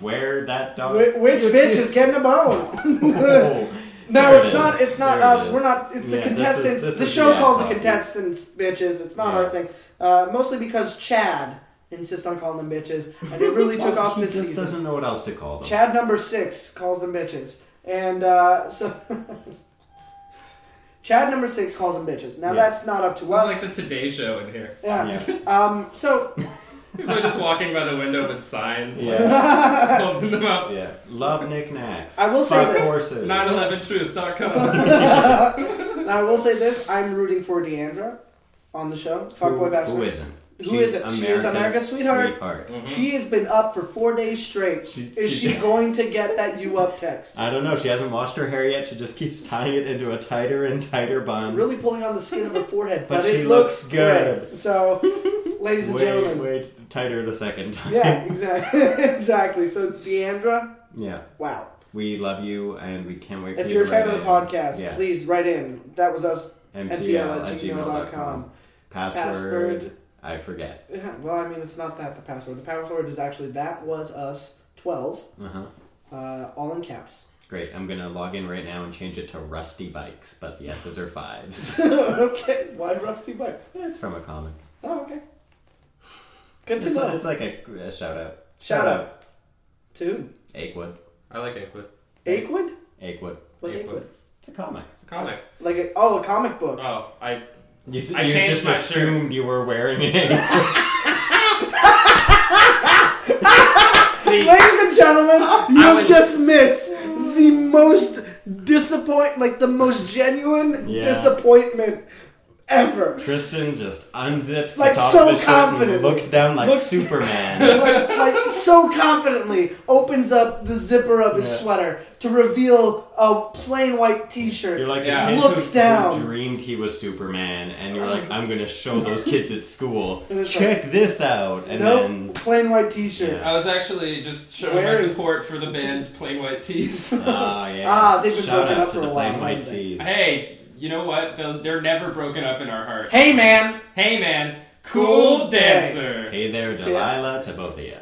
B: where that dog.
C: whi- which bitch is getting a bone?
B: Oh,
C: No,
B: there
C: it's
B: it
C: not.
B: is.
C: It's not
B: There it
C: us.
B: is.
C: We're not. It's
B: Yeah,
C: the
B: this is-
C: contestants.
B: this
C: the
B: is
C: show
B: ad
C: calls the
B: copy.
C: contestants bitches. It's not
B: Yeah.
C: our thing. Uh, mostly because Chad insists on calling them bitches, and it really took
B: Well,
C: off
B: he
C: this
B: just
C: season.
B: doesn't know what else to call them.
C: Chad number six calls them bitches, and uh, so. Chad number six calls them bitches. Now
B: Yeah.
C: that's not up to
D: Sounds
C: us.
D: like the Today Show in here.
C: yeah.
B: Yeah.
C: Um. So
D: People are just walking by the window with signs,
B: Yeah.
D: like, holding them up.
B: yeah. Love knickknacks.
C: I will say
B: Fuck
C: this.
B: horses.
D: 911truth.com.
C: now I will say this: I'm rooting for Deandra on the show. Fuckboy
B: who,
C: Bachelor.
B: who isn't?
C: Who isn't? She is America's sweetheart. She has been up for four days straight.
B: She-
C: is
B: she- Um,
C: she going to get that you up text?
B: I don't know. She hasn't washed her hair yet. She just keeps tying it into a tighter and tighter bun.
C: Really pulling on the skin of her forehead,
B: But
C: but,
B: she
C: it looks
B: looks
C: good. So, ladies and
B: way,
C: gentlemen,
B: way tighter the second time.
C: yeah, exactly, exactly. So, Deandra,
B: Yeah.
C: wow.
B: We love you and we can't wait for
C: If
B: you
C: you're a
B: to
C: fan
B: write
C: of the
B: in.
C: podcast,
B: yeah.
C: please write in. That was us.
B: mtl at gmail.com.
C: at gmail.com.
B: Password,
C: Password.
B: I forget.
C: Yeah, Well, I mean, it's not that the password. The password is actually that was us twelve,
B: Uh huh.
C: uh, all in caps.
B: Great. I'm gonna log in right now and change it to Rusty Bikes, but the S's are fives.
C: okay, why rusty bikes?
B: it's from a comic.
C: Oh, okay. Good to
B: It's,
C: know.
B: it's like a, a shout out.
C: Shout out. Two.
B: Akewood.
D: I like Aquid.
C: Aquid?
B: Akewood.
C: What's
D: Aquid.
C: Aquid?
B: It's a comic.
D: It's a comic.
C: Like a, oh, a comic book.
D: Oh, I
B: You, th-
D: I
B: you
D: changed
B: just
D: my
B: assumed you were wearing an Akewood.
D: see.
C: Ladies and gentlemen,
D: I
C: you
D: was-
C: just missed the most disappoint, like the most genuine
B: Yeah.
C: disappointment ever.
B: Tristan just unzips
C: Like,
B: the top
C: so
B: of his shirt and
C: confident.
B: looks down like
C: Looks-
B: Superman.
C: Like, like so confidently opens up the zipper of his
B: Yeah.
C: sweater to reveal a plain white T-shirt.
B: You're like
D: Yeah.
B: a kid
C: Looks
B: who,
C: down. Oh.
B: who dreamed he was Superman, and you're like, I'm gonna show those kids at school.
C: And it's
B: Check this out, and
C: nope,
B: then
C: plain white T-shirt.
B: Yeah.
D: I was actually just showing my
C: Wearing-
D: support for the band Plain White Tees.
B: ah yeah,
C: Ah, they've been
B: shout
C: broken
B: out
C: up
B: to
C: for
B: the
C: a
B: plain
C: while,
B: white
C: haven't
B: tees.
D: hey, you know what? They'll- They're never broken up in our heart.
C: Hey man,
D: Hey, man, cool
C: Cool day.
D: dancer.
B: Hey there, Delilah, to both of you.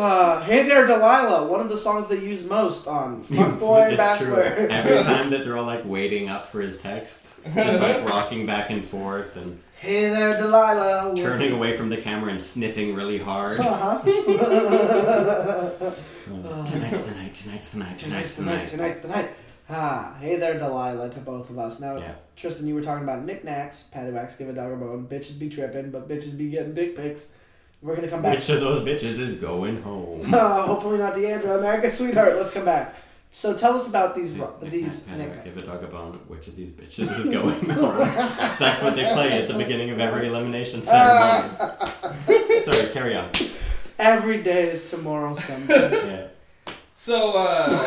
C: Uh, hey there, Delilah. One of the songs they use most on Fuckboy
B: It's true.
C: Bachelor.
B: Every time that they're all like waiting up for his texts, just like rocking back and forth and
C: hey there, Delilah. What's-
B: turning away from the camera and sniffing really hard.
C: Uh-huh.
B: Tonight's the night. Tonight's the night. Tonight's the night.
C: Tonight's the night. Ah, hey there, Delilah, to both of us. Now,
B: Yeah.
C: Tristan, you were talking about knickknacks, paddywhacks, give a dog a bone, bitches be tripping, but bitches be getting dick pics. We're gonna come back.
B: Which of those bitches is going home?
C: Uh, hopefully not the Andrew America sweetheart. Let's come back. So tell us about these ro- these
B: Anyway,
C: knickknacks.
B: give a dog a bone. Which of these bitches is going home? That's what they play at the beginning of every elimination ceremony.
C: Ah.
B: Sorry, carry on.
C: Every day is tomorrow Sunday.
B: Yeah,
D: So, uh,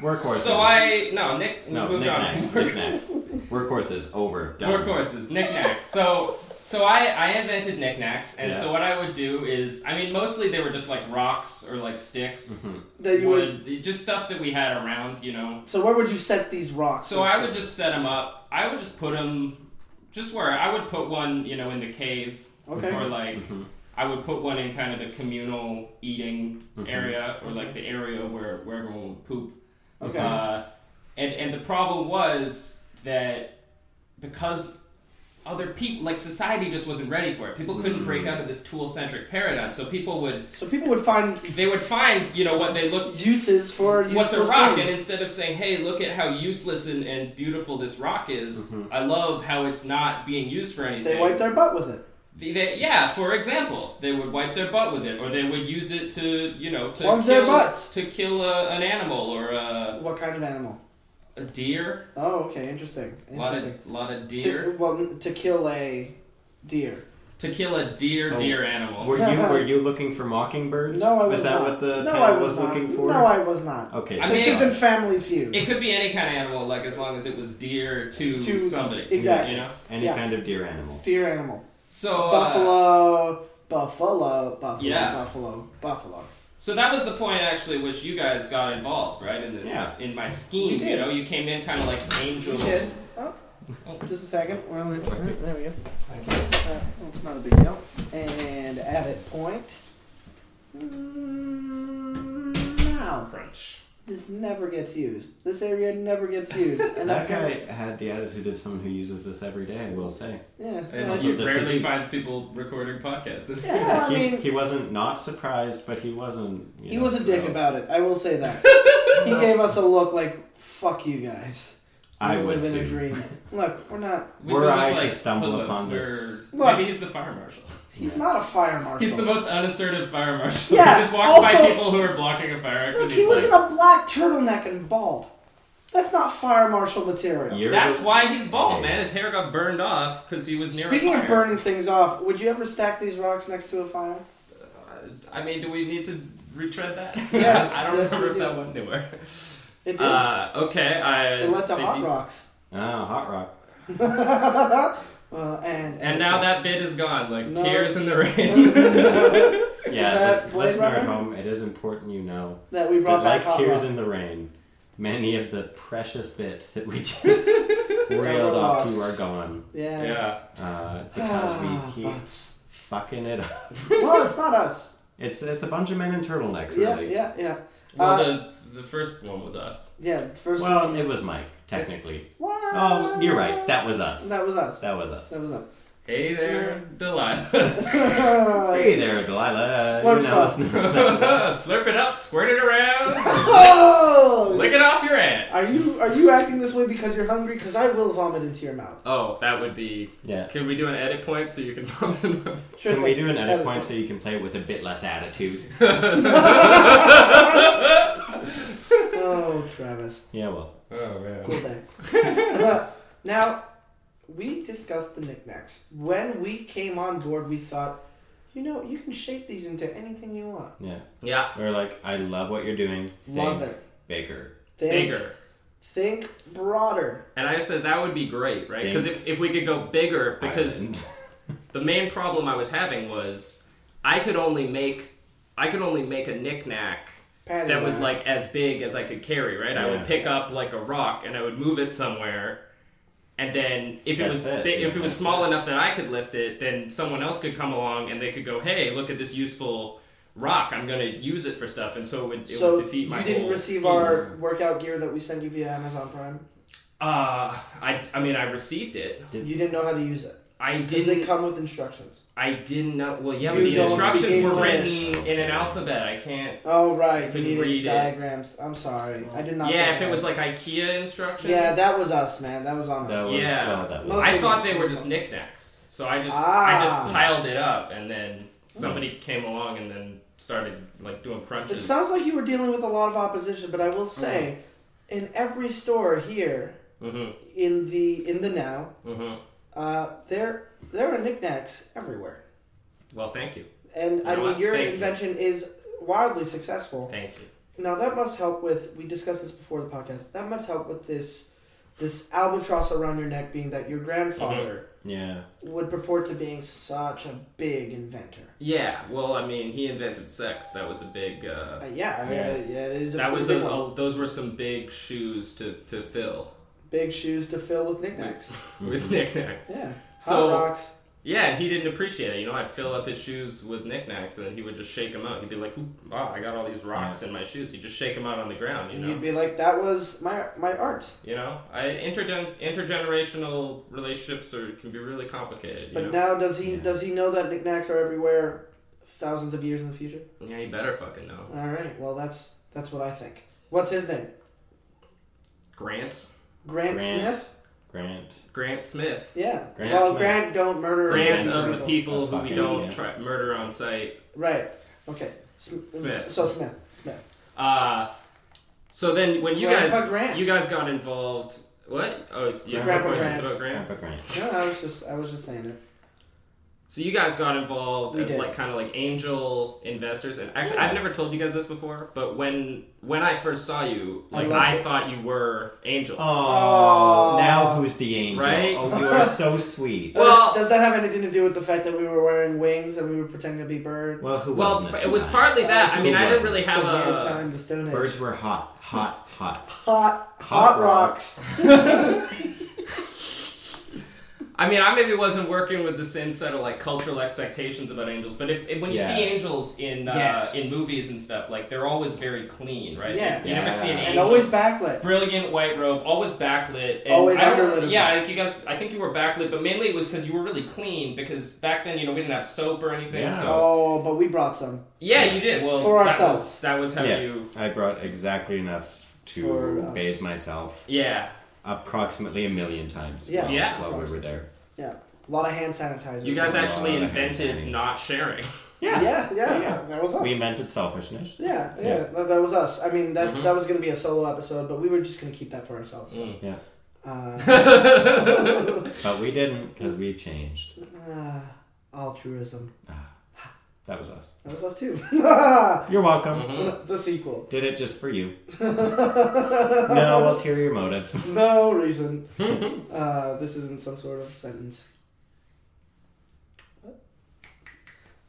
B: workhorses.
D: so I no Nick. We
B: no
D: moved on.
B: knickknacks. Knickknacks. Workhorses over. Done.
D: Workhorses, knickknacks. So, so I, I invented knickknacks, and
B: Yeah.
D: so what I would do is, I mean, mostly they were just like rocks or like sticks,
B: Mhm.
C: that you would.
D: wood, just stuff that we had around, you know.
C: So where would you set these rocks?
D: So
C: and
D: I would
C: stuff?
D: just set them up. I would just put them just where I would put one, you know, in the cave,
C: Okay.
D: or like
B: Mhm.
D: I would put one in kind of the communal eating
B: Mhm.
D: area, or like the area where where everyone would poop.
C: Okay.
D: Uh, and and the problem was that because other people, like society, just wasn't ready for it. People couldn't break out of this tool centric paradigm. So people would
C: so people would find
D: they would find you know what they looked.
C: uses for useless
D: What's a rock? And
C: things.
D: instead of saying, "Hey, look at how useless and, and beautiful this rock is,"
B: Mm-hmm.
D: I love how it's not being used for anything.
C: They wipe their butt with it.
D: They- they- yeah, for example, they would wipe their butt with it, or they would use it to, you know, to
C: Plump
D: kill
C: their butts.
D: to kill a, an animal or a,
C: What kind of animal?
D: a deer.
C: Oh, okay, interesting.
D: A lot
C: Interesting.
D: of, lot of
C: To,
D: deer.
C: well, to kill a deer.
D: To kill a deer,
B: Oh.
D: deer animal.
B: Were you were you looking for Mockingbird?
C: No, I was,
B: was that
C: not.
B: what the
C: no,
B: panel
C: I
B: was,
C: was, not.
B: looking for?
C: No, I was not.
B: Okay.
D: I
C: this
D: mean-
C: isn't Family Feud.
D: It could be any kind of animal, like as long as it was deer to,
C: To-
D: somebody.
C: exactly.
D: You know.
B: any
C: yeah.
B: kind of deer animal.
C: Deer animal.
D: So uh,
C: Buffalo, Buffalo, Buffalo,
D: Yeah.
C: Buffalo, Buffalo.
D: So that was the point, actually, which you guys got involved, right? In this,
B: Yeah.
D: in my scheme.
C: We did.
D: You know, you came in kind of like angel.
C: Oh,
D: Oh.
C: just a second. We're only, there we go. Uh, It's not a big deal. And edit point. Mm, Now,
D: Crunch.
C: this never gets used. This area never gets used. And
B: That
C: I've
B: guy had the attitude of someone who uses this every day. I will say.
C: Yeah.
D: And
C: well,
B: also
D: he
B: the
D: rarely
B: physique.
D: finds people recording podcasts.
C: yeah, well, I
B: he,
C: mean,
B: he wasn't not surprised, but he wasn't. You
C: he
B: know,
C: was a dick
B: thrilled.
C: about it. I will say that. he gave us a look like, fuck you guys.
B: I
C: We
B: would
C: live in a
B: too.
C: dream. Look, we're not.
D: We
B: Were
D: look
B: I
D: like
B: to stumble
D: hooligans.
B: upon
D: We're-
B: this-
C: Look.
D: Maybe he's the fire marshal.
C: He's not a fire marshal.
D: He's the most unassertive fire marshal.
C: Yeah,
D: he just walks by
C: also-
D: people who are blocking a fire exit.
C: Look,
D: he's
C: he was
D: like,
C: in a black turtleneck and bald. That's not fire marshal material.
B: You're
D: That's
B: the-
D: why he's bald, man. His hair got burned off because he was near
C: Speaking
D: a fire.
C: of burning things off, would you ever stack these rocks next to a fire?
D: Uh, I mean, do we need to retread that?
C: Yes,
D: I don't
C: yes,
D: remember
C: we
D: if
C: do.
D: that went anywhere.
C: It did.
D: Uh, okay, I.
C: it led to hot
D: maybe-
C: rocks.
B: Ah, hot rock.
C: Well, and,
D: And now that bit is gone, like
C: No.
D: tears in the rain.
B: Yeah,
C: that
B: lis-
C: Blade
B: listener at
C: Runner?
B: home, it is important you know
C: that we
B: that,
C: brought
B: like
C: back hot
B: tears
C: rocks.
B: in the rain, many of the precious bits that we just reeled off to are gone
C: yeah.
D: yeah.
B: uh, because
C: Ah,
B: we keep
C: butts.
B: fucking it up.
C: well, it's not us.
B: It's it's a bunch of men in turtlenecks,
C: Yeah,
B: really.
C: yeah, yeah.
D: Well,
C: Uh,
D: the, the first one was us.
C: Yeah, first
B: Well, it was Mike, technically.
C: What?
B: Oh, you're right. That was us.
C: That was us.
B: That was us.
C: That was us.
D: Hey there, Delilah.
B: Hey there, Delilah.
C: Slurp
B: you know,
C: sauce.
B: listeners, that was us.
D: Slurp it up, squirt it around,
C: Oh!
D: lick it off your aunt.
C: Are you are you acting this way because you're hungry? Because I will vomit into your mouth.
D: Oh, that would be.
B: Yeah.
D: Can we do an edit point so you can vomit?
B: Can we do an edit point so you can play it with a bit less attitude?
C: Oh, Travis,
B: Yeah, well.
D: oh man.
C: cool day. now, we discussed the knickknacks. When we came on board, we thought, you know, you can shape these into anything you want.
B: Yeah.
D: Yeah,
B: We're like, I love what you're doing. Think
C: Love it.
B: bigger.
C: Think,
D: bigger.
C: Think broader.
D: And I said that would be great, right? Because
B: Big.
D: if, if we could go bigger, because
B: Island.
D: the main problem I was having was I could only make I could only make a knickknack
C: Patty
D: that was
C: whack.
D: like as big as I could carry, right? I
B: Yeah.
D: would pick up like a rock and I would move it somewhere. And then if it
B: That's
D: was
B: it.
D: big, if it was
B: That's
D: small enough that I could lift it, then someone else could come along and they could go, "Hey, look at this useful rock. I'm going to use it for stuff, and so it would, it
C: so
D: would defeat my
C: you didn't
D: whole
C: receive
D: scheme.
C: our workout gear that we send you via Amazon Prime.
D: Uh, I, I mean, I received it.
C: You didn't know how to use it.
D: I
C: Did they
D: didn't.
C: come with instructions?
D: I didn't know. Well, yeah,
C: You
D: but the
C: don't
D: instructions
C: speak
D: were
C: English.
D: written in an alphabet. I can't.
C: Oh right, you
D: Couldn't
C: needed
D: read it.
C: diagrams. I'm sorry, I did not.
D: Yeah,
C: get
D: if it
C: that.
D: was like IKEA instructions.
C: Yeah, that was us, man. That was on
B: That
C: us.
B: was,
D: Yeah.
B: well, that was.
C: Most-
D: I thought they were just knickknacks, so I just I
C: Ah. Hmm.
D: just piled it up, and then somebody came along and then started like doing crunches.
C: It sounds like you were dealing with a lot of opposition, but I will
D: Mm.
C: say, in every store here
D: Mm-hmm.
C: in the in the now,
D: Mm-hmm.
C: uh, there there are knickknacks everywhere,
D: Well, thank you,
C: and
D: You
C: I
D: know
C: mean
D: what?
C: your
D: Thank you.
C: invention is wildly successful.
D: thank you.
C: Now that must help with. We discussed this before the podcast. That must help with this this albatross around your neck being that your grandfather
B: Yeah.
D: Mm-hmm.
C: would purport to being such a big inventor.
D: Yeah, well, I mean, he invented sex. That was a big. Uh,
C: Uh, yeah, I mean,
B: Yeah.
C: uh, yeah, it is a
D: that
C: pretty
D: was
C: big,
D: a,
C: one.
D: a- Those were some big shoes to to fill
C: big shoes to fill with knickknacks.
D: with knickknacks.
C: yeah,
D: So-
C: Hmm. hot rocks.
D: Yeah, and he didn't appreciate it. You know, I'd fill up his shoes with knickknacks, and then he would just shake them out. He'd be like, "Who? Wow, I got all these rocks in my shoes." He'd just shake them out on the ground. You
C: And
D: know.
C: you'd be like, that was my my art.
D: You know, I intergen- intergenerational relationships are can be really complicated. You
C: But
D: know?
C: now does he
B: Yeah.
C: does he know that knickknacks are everywhere thousands of years in the future?
D: yeah, you better fucking know.
C: Alright, well that's that's what I think. What's his name?
D: Grant,
C: Grant,
B: Grant.
C: Smith?
B: Grant.
D: Grant Smith,
C: Yeah.
B: Grant
C: well
B: Smith.
C: Grant don't murder
D: Grant
B: Grant
D: of the
C: people.
D: people
B: of
D: who we
B: fucking-
D: don't
B: yeah.
D: try- murder on sight.
C: Right. Okay. Sm-
D: Smith.
C: So Smith. Smith.
D: Uh, so then when you
C: Grandpa
D: guys
C: Grant.
D: you guys got involved, what? Oh, it's, you have
C: Grandpa
D: questions
C: Grant.
D: about Grant.
B: Grandpa Grant.
C: No, I was just I was just saying it.
D: So you guys got involved
C: We
D: as
C: did.
D: like kind of like angel investors, and actually I've never told you guys this before, but when when I first saw you,
C: I
D: like
C: love
D: I,
C: it.
D: thought you were angels.
B: Oh,
C: Oh.
B: now who's the angel?
D: Right?
B: Oh, you are so sweet.
D: Well-
C: Uh, does that have anything to do with the fact that we were wearing wings and we were pretending to be birds?
B: Well, who
D: Well,
B: wasn't?
D: but
B: at
D: it
B: the
D: was
B: time?
D: partly that. I
B: Who
D: mean, I didn't
B: wasn't?
D: really
C: It's
D: have
C: a weird
D: a.
C: time the Stone Age.
B: Birds were hot, hot, hot.
C: hot, hot,
B: Hot
C: rocks.
D: I mean, I maybe wasn't working with the same set of like cultural expectations about angels. But if, if when you
B: Yeah.
D: see angels in uh,
C: Yes.
D: in movies and stuff, like they're always very clean, right?
C: Yeah.
D: You, you never see an
B: Yeah.
D: angel.
C: and always backlit.
D: Brilliant white robe, always backlit. And
C: Always
D: I don't-
C: underlit as
D: Yeah, like you guys, I think you were backlit, but mainly it was because you were really clean. Because back then, you know, we didn't have soap or anything.
B: Yeah.
D: So
C: Oh, but we brought some
D: yeah, you did. Well,
C: For
D: that
C: ourselves.
D: was- that was how
B: Yeah.
D: you.
B: I brought exactly enough
C: For
B: to
C: us.
B: bathe myself
D: Yeah,
B: approximately a million times.
C: Yeah.
B: while,
D: Yeah.
B: while we were there.
C: a lot of hand sanitizer.
D: you guys
B: Wow,
D: actually
B: that
D: invented
B: happened.
D: not sharing.
C: Yeah, yeah, yeah.
B: Yeah.
C: That was us.
B: We invented selfishness.
C: yeah, yeah,
B: Yeah.
C: That, that was us. I mean, that's
D: Mhm.
C: that was going to be a solo episode, but we were just going to keep that for ourselves.
D: Mm.
B: Yeah.
C: Uh,
B: Mm. But we didn't because we've changed.
C: uh, altruism.
B: That was us.
C: That was us too.
B: You're welcome.
D: Mm-hmm.
C: the sequel.
B: Did it just for you. no ulterior motive.
C: No reason. uh, this isn't some sort of sentence. What?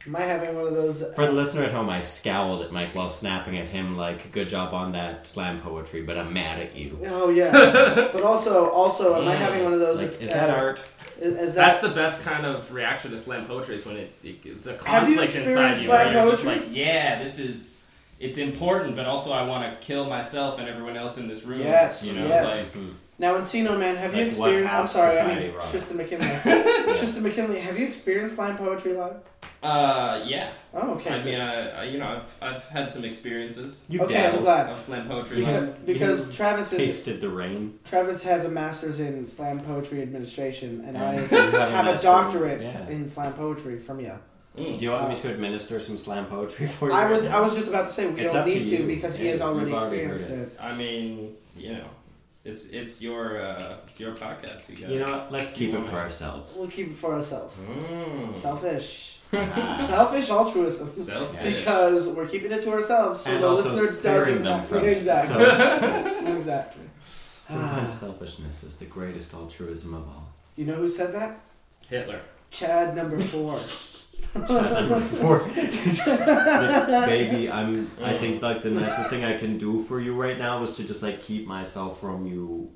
C: Am I having one of those?
B: For the listener at home, I scowled at Mike while snapping at him like, good job on that slam poetry, but I'm mad at you.
C: Oh yeah, but also, also, am I
D: Mm.
C: having one of those?
B: Like, is that
C: uh,
B: art?
C: Is, is that
D: That's the best kind of reaction to slam poetry is when it's it's a
C: Have you
D: conflict inside
C: experienced
D: you. Where
C: slam
D: you're just
C: poetry?
D: like, yeah, this is it's important, but also I want to kill myself and everyone else in this room.
C: Yes,
D: you know,
C: yes.
D: like
B: hmm.
C: Now, Encino Man, have you
B: Like, what
C: experienced? I'm
B: half
C: sorry, I
B: society
C: mean
B: rock?
C: Tristan McKinley. Tristan McKinley, have you experienced slam poetry live?
D: uh, yeah.
C: Oh, okay.
D: I mean, I, I you know, I've I've had some experiences
B: You've
C: okay, I'm
B: dabbled.
C: glad
D: of slam
C: Beca-
D: poetry.
B: You
C: because,
B: have- you
C: Travis is
B: tasted the rain.
C: Travis has a master's in slam poetry administration, and I
B: You have a
C: have a
B: master-
C: doctorate
B: yeah.
C: in slam poetry from you.
D: Mm.
B: Do you want me to administer some slam poetry for you?
C: I
B: right
C: was
B: now?
C: I was just about to say we
B: It's
C: don't
B: up to
C: need to,
B: you.
C: because he
B: Yeah,
C: has already
B: you've already
C: experienced
B: heard
C: it.
D: I mean, you know, it's it's your uh, it's your podcast. You, got
B: You know what? Let's keep
D: You
B: it
D: want
B: for
D: it?
B: ourselves.
C: We'll keep it for ourselves.
D: Mm.
C: Selfish,
B: Ah.
C: selfish altruism.
D: Selfish.
C: Because we're keeping it to ourselves, so
B: and
C: the
B: also
C: listener doesn't
B: sparing them
C: have-
B: from it.
C: exactly.
B: So,
C: Exactly.
B: sometimes
C: Ah.
B: selfishness is the greatest altruism of all.
C: You know who said that?
D: Hitler.
C: Chad number four.
B: number four. Baby, I'm. I think like the nicest thing I can do for you right now is to just like keep myself from you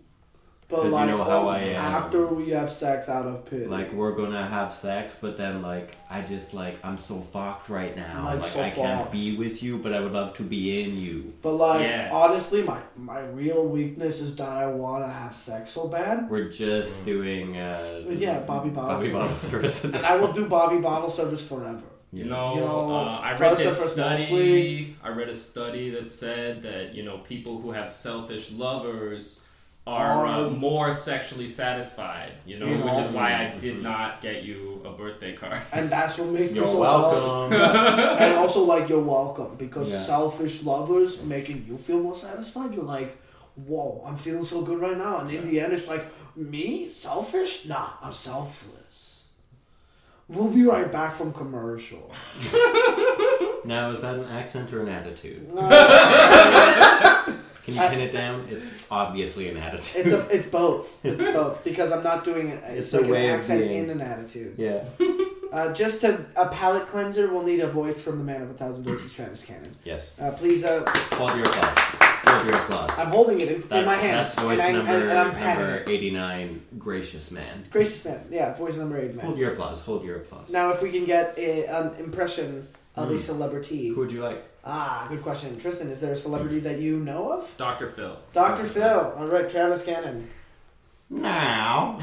C: But
B: 'Cause you
C: like
B: know how I am.
C: after we have sex out of pity.
B: Like we're gonna have sex, but then like I just like I'm so fucked right now.
C: Like,
B: Like,
C: so
B: I can't
C: fucked.
B: be with you, but I would love to be in you.
C: but like
D: Yeah.
C: honestly my my real weakness is that I wanna have sex so bad.
B: We're just doing uh
C: But Mm. yeah, Bobby Bottle
B: Bobby Bottle
C: service.
B: service at
C: And
B: this
C: I will
B: point.
C: do Bobby Bottle service forever.
B: Yeah.
D: You know,
C: You know,
D: uh, I read
C: first and
D: this
C: first
D: study.
C: mostly-
D: I read a study that said that you know people who have selfish lovers are uh,
C: Are-
D: more sexually satisfied. You know,
C: Um, You
D: which
C: know.
D: is why I did not get you a birthday card.
C: And that's what makes
B: You're
C: me so
B: welcome.
C: self- and also like you're welcome because
B: Yeah.
C: selfish lovers making you feel more satisfied. You're like, whoa, I'm feeling so good right now. And in the end, it's like me selfish. Nah, I'm selfless. We'll be right back from commercial.
B: now is that an accent or an attitude? Can you pin it down? It's obviously an attitude.
C: It's a, it's both. It's both because I'm not doing it. It's,
B: It's a
C: like
B: way
C: an
B: of
C: accent
B: being.
C: in an attitude.
B: yeah.
C: Uh, just a, a palate cleanser. We'll need a voice from the man of a thousand voices, Travis Cannon.
B: Yes.
C: Uh, please, uh,
B: Hold your applause. Hold your applause.
C: I'm holding it in,
B: that's,
C: in my hand.
B: that's voice
C: and I,
B: number
C: and, and I'm patting
B: number
C: it.
B: eighty nine. Gracious man.
C: Gracious man, yeah, voice number eight man.
B: Hold your applause. Hold your applause.
C: Now, if we can get a, an impression of a
B: Hmm.
C: celebrity.
B: Who would you like?
C: Ah, good question. Tristan, is there a celebrity that you know of?
D: Doctor Phil.
C: Dr. Phil. All right, Travis Cannon.
B: Now,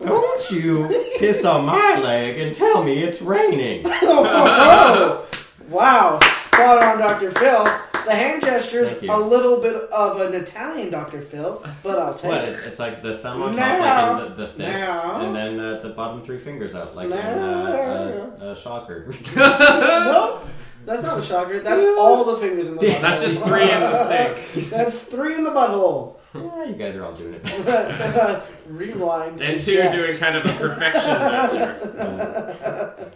B: don't you piss on my leg and tell me it's raining.
C: oh, wow, spot on, Dr. Phil. The hand gesture's
B: Thank you.
C: a little bit of an Italian Dr. Phil, but I'll take
B: What?
C: it.
B: It's, it's like the thumb on top,
C: Now.
B: like in the, the fist,
C: Now.
B: and then uh, the bottom three fingers out, like in
C: Now.
B: uh, uh, uh, shocker.
C: No, that's not a shocker. That's all the fingers in the butthole.
D: That's just three in the stick.
C: that's three in the butthole.
B: yeah, you guys are all doing it. bad.
C: Rewind.
D: And two
C: eject.
D: doing kind of a perfection gesture.
B: Uh,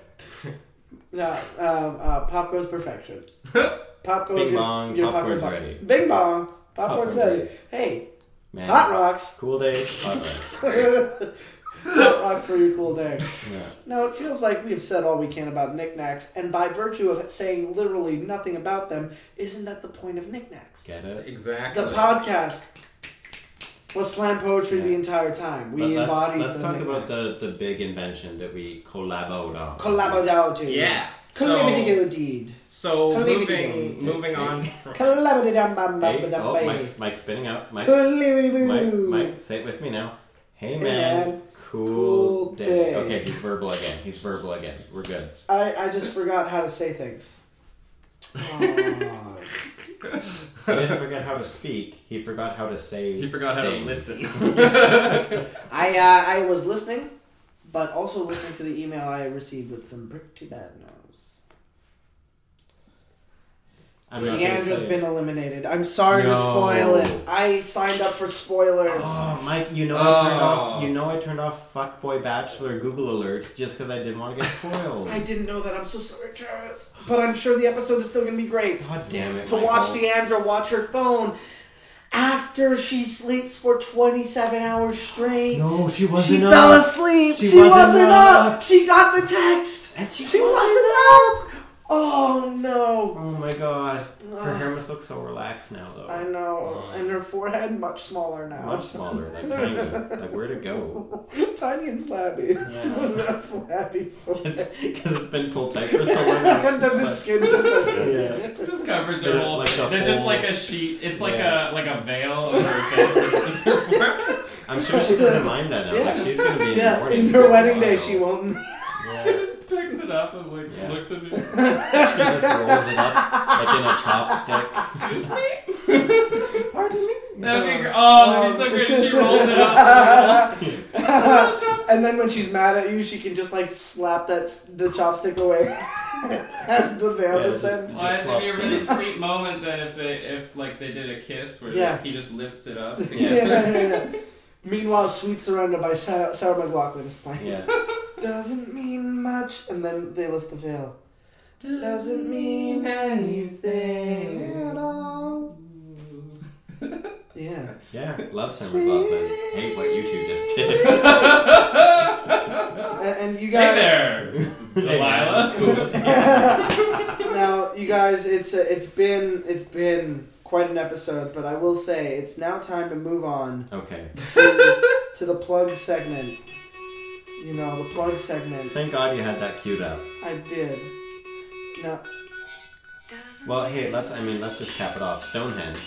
C: No, um, uh, pop goes perfection. Pop goes
B: Bing
C: your-
B: bong,
C: your
B: popcorn's
C: popcorn.
B: ready.
C: Bing bong, popcorn's
B: Popcorn's
C: ready.
B: ready.
C: Hey,
B: man.
C: hot rocks.
B: Cool day. Hot rocks.
C: hot rocks for your cool day.
B: Yeah.
C: Now it feels like we've said all we can about knickknacks, and by virtue of saying literally nothing about them, isn't that the point of knickknacks?
B: Get it?
D: Exactly.
C: The podcast was slam poetry the
B: Yeah.
C: entire time. We
B: But let's,
C: embodied.
B: let's
C: the
B: talk
C: knickknack.
B: about the, the big invention that we collaboed on.
C: collaborative.
D: Yeah. So,
C: Collaborative deed.
D: so
C: Collaborative.
D: moving moving on from
C: Collaborative.
B: Hey, oh, Mike's, Mike's spinning out. Mike, Mike,
C: Collaborative.
B: Mike, say it with me now. Hey
C: Hey,
B: man,
C: man.
B: cool,
C: Cool
B: day.
C: day.
B: Okay, he's verbal again. He's verbal again. We're good.
C: I, I just forgot how to say things. Aw.
B: He didn't forget how to speak. He forgot how to say.
D: he forgot how
B: things.
D: to listen.
C: I uh, I was listening, but also listening to the email I received with some pretty bad news.
B: I'm not gonna
C: Leandra's
B: say-
C: been eliminated. I'm sorry to
B: No.
C: spoil it. I signed up for spoilers.
B: Oh, Mike, you know I turned off. You know I turned off Fuckboy Bachelor Google alerts just because I didn't want to get spoiled.
C: I didn't know that. I'm so sorry, Travis. But I'm sure the episode is still gonna be great.
B: God damn it!
C: to
B: Michael.
C: watch Deandra watch her phone after she sleeps for 27 hours straight.
B: No, she
C: she
B: wasn't. up.
C: fell asleep. She,
B: She
C: wasn't,
B: wasn't
C: up.
B: up.
C: She got the text.
B: And she,
C: She
B: wasn't.
C: wasn't up. Oh no.
B: Oh my god, her
C: Ugh.
B: hair must look so relaxed now though.
C: Ah. I know.
D: Oh.
C: And her forehead much smaller now.
B: Much smaller, like tiny. Like where'd it go?
C: Tiny and flabby. flabby
B: Because
C: forehead.
B: it's been pulled tight for so long. now
C: and
B: it's
C: then the
B: just
C: skin just
B: like-
C: like,
B: yeah.
D: It just covers her
B: Yeah,
D: whole
B: like
D: thing.
B: a
D: There's just
B: whole-
D: like a sheet. It's like
B: Yeah.
D: a like a veil over her face. It's just her forehead.
B: I'm sure she doesn't mind that now. Like
C: Yeah.
B: she's gonna be in
C: yeah.
B: mourning
C: In
B: for
C: her
B: a
C: wedding day,
B: while.
C: she won't.
D: She
B: Yeah.
D: just picks it up and like
B: Yeah.
D: looks at me.
B: she just rolls it up like in a chopsticks.
D: Excuse me.
C: Pardon me. Um.
D: That'd be great. Oh, that'd
B: Um,
D: be so great. if She rolls it up.
C: and then when she's mad at you, she can just like slap that s- the chopstick away and the veil
B: Yeah,
C: yeah,
B: just-
C: descend.
D: Well, it'd be
B: flops
D: a really
B: down.
D: sweet moment then if they if like they did a kiss where
C: Yeah.
D: like, he just lifts it up.
B: Yeah.
C: Yeah, yeah, yeah. Meanwhile, "Sweet Surrender" by Sarah, Sarah McLaughlin is playing.
B: Yeah.
C: Doesn't mean much, and then they lift the veil. Doesn't
D: Doesn't
C: mean anything at all. Yeah.
B: Yeah. Love Sam McLaughlin. Hate what you two just did.
C: A- And, you
D: Hey
C: guys.
D: there,
B: Hey, man.
D: Delilah.
C: now, you guys, it's uh, it's been it's been quite an episode, but I will say it's now time to move on
B: Okay.
C: to, to the plug segment. You know, the plug segment.
B: Thank God you had that queued up.
C: I did. Now,
B: Well, hey, let's. I mean, let's just cap it off. Stonehenge,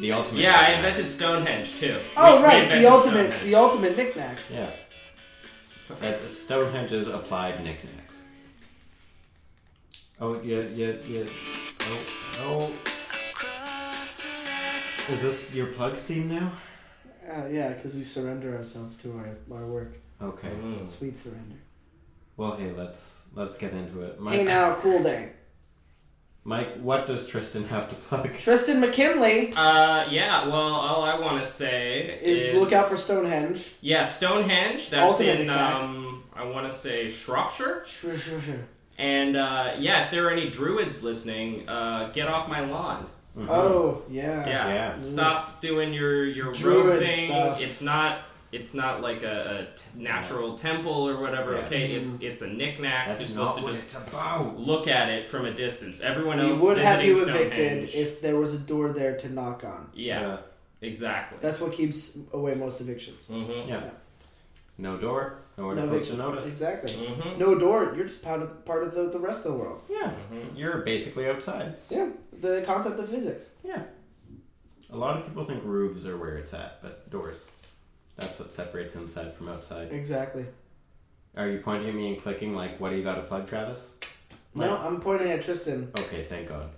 B: the ultimate.
D: Yeah, I
B: podcast.
D: invented Stonehenge too.
C: oh
D: We- we
C: right,
D: invented
C: the ultimate,
D: Stonehenge.
C: the ultimate knickknack.
B: Yeah. At Stonehenge's applied knickknacks. Oh yeah, yeah, yeah. Oh, oh. Is this your plugs theme now?
C: Uh, yeah, because we surrender ourselves to our, our work.
B: Okay.
D: Mm.
C: Sweet surrender.
B: Well, hey, let's let's get into it. Mike,
C: Hey now, cool day.
B: Mike, what does Tristan have to plug?
C: Tristan McKinley
D: Uh, yeah. Well, all I want to say
C: is,
D: is,
C: look out for Stonehenge.
D: yeah Stonehenge. That's
C: Ultimate
D: in
C: attack.
D: um, I want to say Shropshire.
C: Sure, sure, sure.
D: And uh, yeah, if there are any druids listening, uh, get off my lawn.
B: Mhm.
C: Oh yeah.
D: Yeah.
B: Yeah.
D: Stop doing your your road
C: Druid
D: thing.
C: stuff.
D: It's not it's not like a, a t- natural temple or whatever.
B: Yeah.
D: Okay, it's it's a knickknack.
B: that's
D: You're supposed
B: not
D: to
B: what
D: just
B: it's about.
D: look at it from a distance. Everyone
C: We
D: else
C: would have
D: visiting
C: you evicted
D: Stonehenge-
C: if there was a door there to knock on.
D: yeah, exactly.
C: That's what keeps away most evictions.
D: mm-hmm.
B: Yeah. No door. Nowhere
C: No
B: to post a
C: eviction.
B: notice.
C: Exactly.
D: Mm-hmm.
C: No door. You're just part of, part of the, the rest of the world.
B: Yeah.
D: Mhm.
B: You're basically outside.
C: Yeah. The concept of physics.
B: Yeah. A lot of people think roofs are where it's at, but doors. That's what separates inside from outside.
C: Exactly.
B: Are you pointing at me and clicking like, what do you got to plug, Travis?
C: No, I'm pointing at Tristan.
B: Okay, thank God.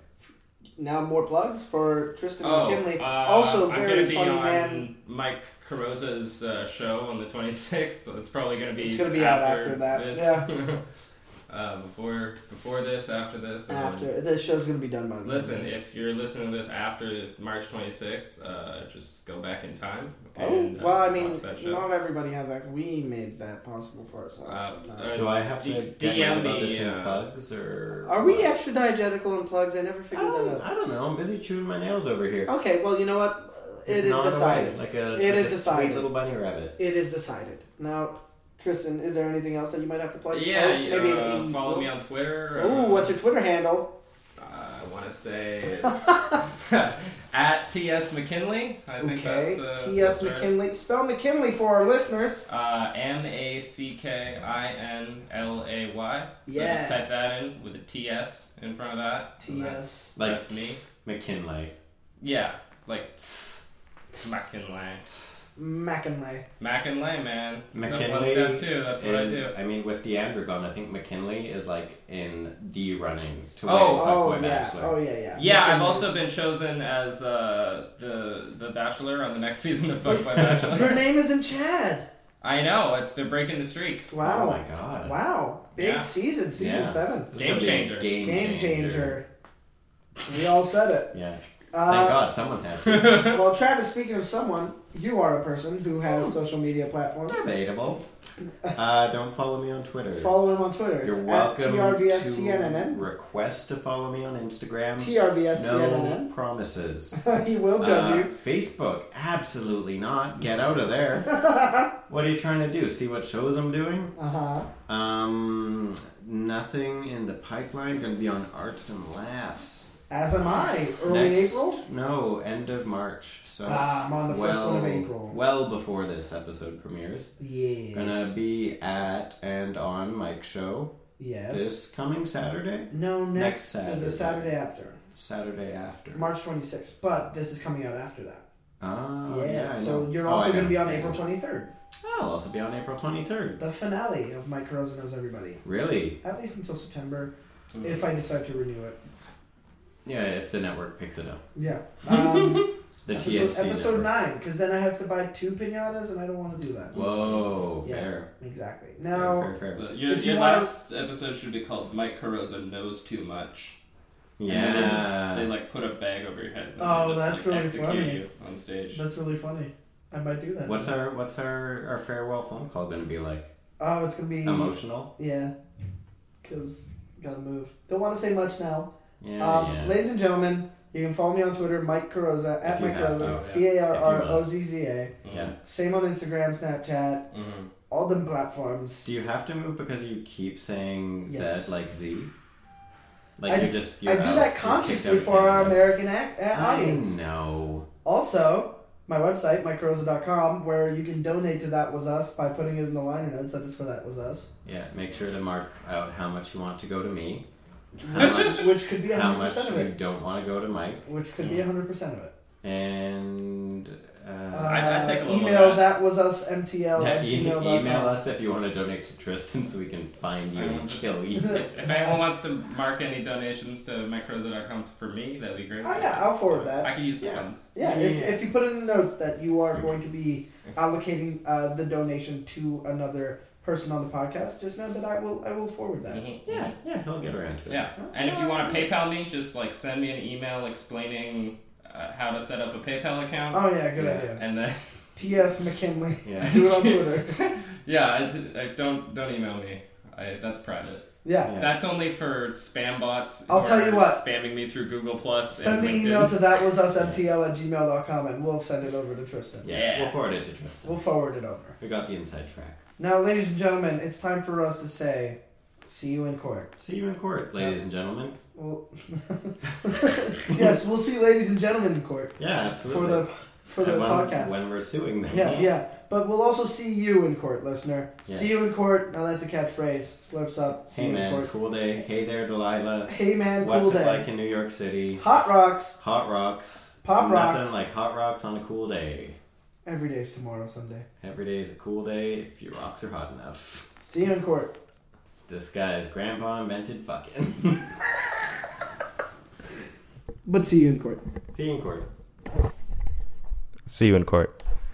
C: Now more plugs for Tristan
D: Oh,
C: McKinley.
D: uh,
C: also
D: I'm
C: very
D: gonna be
C: funny
D: on
C: man.
D: Mike Carosa's uh, show on the 26th. It's probably going to be
C: It's gonna be out
D: after,
C: after that,
D: This. uh, before before this, after this, and then-
C: After the show's gonna be done by the
D: Listen, if you're listening to this after March 26th, uh, just go back in time.
C: Oh
D: And, uh,
C: well, I
D: watch
C: mean,
D: that show.
C: not everybody has access. We made that possible for ourselves.
D: Uh,
C: No.
D: uh,
B: Do I have to
D: D-
B: get mad
D: DM
B: about
D: me,
B: this in
D: uh,
B: plugs or?
C: Are we
B: what?
C: extra diegetical in plugs? I never
B: I
C: figured
B: don't,
D: Oh,
C: that
B: I don't know. I'm busy chewing my nails over here.
C: out. Okay, well, you know what?
B: Just
C: Oh, It is
B: gnawing away
C: decided.
B: Like a,
C: It
B: like
C: is
B: a sweet
C: decided.
B: little bunny rabbit.
C: It is decided. Now, Tristan, is there anything else that you might have to plug?
D: yeah,
C: Oh,
D: uh,
C: an-
D: follow me on Twitter.
C: Ooh,
D: uh,
C: what's your Twitter handle?
D: uh, I want to say it's at TS McKinley. I think
C: Okay,
D: that's uh, the.
C: T.S.
D: that's right.
C: McKinley. Spell McKinley for our listeners.
D: Uh, M A C K I N L A Y. So
C: Yeah.
D: just type that in with a TS in front of that. and that's-
C: T.S.
B: Like
D: That's me.
B: McKinley.
D: Yeah, like McKinley.
C: McKinley.
D: McKinley, man. Step one,
B: McKinley
D: step two. That's what I
B: is-
D: do.
B: I mean, with the Andragon, I think McKinley is like in the running to
D: Oh.
B: win Fuckboy
C: Oh yeah.
B: Bachelor.
C: Oh yeah. Yeah.
D: Yeah, I've
C: McKinley's-
D: also been chosen as uh, the the Bachelor on the next season of Fuck by Bachelor.
C: Her name isn't Chad.
D: I know it's they're breaking the streak.
B: Oh
C: Wow.
B: my God.
C: wow. Big
D: Yeah.
C: season. Season
B: Yeah.
C: seven.
B: This is
D: Game
B: gonna be a
D: changer.
B: Game,
C: Game changer. We all said it.
B: Yeah.
C: Uh,
B: Thank God someone had to.
C: Well, Travis, speaking of someone, you are a person who has social media platforms.
B: Debatable. Uh, don't follow me on Twitter.
C: Follow him on Twitter.
B: You're
C: it's
B: welcome
C: at
B: to
C: TRVSCNNN.
B: request to follow me on Instagram. no
C: TRVSCNNN.
B: promises.
C: he will judge
B: Uh,
C: you.
B: Facebook, absolutely not. Get out of there. what are you trying to do? See what shows I'm doing?
C: Uh huh.
B: Um, nothing in the pipeline. Going to be on Arts and Laughs.
C: As am I. Early
B: Next-
C: April.
B: No, end of March. So
C: Ah, I'm on the first
B: well,
C: one of April.
B: Well before this episode premieres.
C: Yes.
B: Gonna be at and on Mike's show
C: yes.
B: this coming Saturday,
C: no, next,
B: next
C: Saturday. the
B: Saturday.
C: Saturday after.
B: Saturday after.
C: March 26th. But this is coming out after that.
B: Oh, yeah. I
C: Um, so
B: know.
C: you're
B: Oh,
C: also
B: I know.
C: going to be on
B: I
C: April
B: know.
C: 23rd.
B: I'll also be on April 23rd.
C: The finale of Mike Rosa Knows Everybody.
B: Really?
C: At least until September,
B: Mm.
C: if I decide to renew it.
B: Yeah, if the network picks it up.
C: Yeah. Um,
B: The
C: episode
B: TSC
C: episode
B: network.
C: nine, because then I have to buy two pinatas, and I don't want to do that.
B: Whoa,
C: Yeah.
B: fair.
C: Exactly. Now,
B: fair, fair,
D: It's
B: fair.
D: the- your
C: If you
D: your
C: wanna-
D: last episode should be called Mike Carosa knows too much. And then they,
B: Yeah.
D: just, they like put a bag over your head. And
C: Oh,
D: they just,
C: that's
D: like,
C: really
D: execute
C: funny.
D: You on stage.
C: that's really funny. I might do that.
B: What's our what's our, our farewell phone call gonna be like?
C: Oh, it's gonna be
B: Emotional?
C: Yeah, because gotta move. Don't want to say much now.
B: Yeah,
C: um,
B: yeah.
C: Ladies and gentlemen, you can follow me on Twitter, Mike Carroza at
B: If you
C: Mike
B: have
C: Carroza,
D: to,
C: C A R R
B: If you
C: O
B: must.
C: Z Z A.
B: yeah.
C: Same on Instagram, Snapchat,
D: Mm-hmm.
C: all them platforms.
B: Do you have to move because you keep saying
C: Yes.
B: Z like Z? Like
C: I-
B: you're just. You're
C: I do
B: out,
C: that
B: you kicked
C: consciously
B: everything
C: for our
B: out.
C: American ac- uh, audience.
B: I know.
C: Also, my website, mycarosa.com, where you can donate to That Was Us by putting it in the liner notes that it's for That Was Us.
B: Yeah, make sure to mark out how much you want to go to me, how much,
C: Which could be 100%
B: how much
C: of
B: you
C: it.
B: don't want to go to Mike,
C: Which could be 100% of it.
B: and uh,
C: Uh,
D: I- I'd take a little
C: email
D: of
C: that. was us mtl
B: yeah,
C: at
B: e-
C: gmail.com.
B: email us if you want to donate to Tristan so we can find you
D: I will
B: and
D: just-
B: kill you.
D: If, if anyone wants to mark any donations to microza.com for me, that'd be great.
C: Oh yeah, I'll forward that.
D: I could use the
B: Yeah.
D: funds.
C: Yeah,
B: Yeah.
C: if, if you put in the notes that you are going to be allocating uh, the donation to another person on the podcast, just know that I will I will forward that.
D: Mhm.
B: yeah, yeah, he'll get around to it.
D: Yeah, and if you want to PayPal me, just like send me an email explaining uh, how to set up a PayPal account,
C: Oh yeah, good
B: Yeah.
C: idea.
D: and then
C: T.S. McKinley.
B: Yeah.
C: Do it on Twitter.
D: yeah, I, I don't don't email me. I, that's private.
C: Yeah.
B: Yeah.
D: That's only for spam bots. who
C: I'll tell
D: are
C: you what.
D: spamming me through Google Plus.
C: Send
D: and
C: the
D: LinkedIn.
C: email to that was us mtl at gmail.com and we'll send it over to Tristan.
B: Yeah,
D: Yeah.
B: we'll forward it to Tristan.
C: We'll forward it over.
B: we got the inside track.
C: Now, ladies and gentlemen, it's time for us to say, see you in court.
B: See you in court, ladies and gentlemen.
C: Well, yes, we'll see, ladies and gentlemen, in court
B: Yeah,
C: for
B: absolutely.
C: the for the
B: And when,
C: podcast.
B: when we're suing them.
C: Yeah, yeah. But we'll also see you in court, listener. See you in court. Now that's a catchphrase. Slurps up. See
B: Hey
C: you in
B: man,
C: court.
B: cool day. Hey there, Delilah.
C: Hey man, cool
B: What's
C: day.
B: it like in New York City?
C: Hot rocks.
B: Hot rocks.
C: Pop
B: Nothing
C: rocks.
B: like hot rocks on a cool day.
C: Every day's tomorrow, Sunday.
B: Every day is a cool day if your rocks are hot enough.
C: See you in court.
B: This guy's grandpa invented fucking.
C: But see you in court.
B: See you in court.
D: See you in court.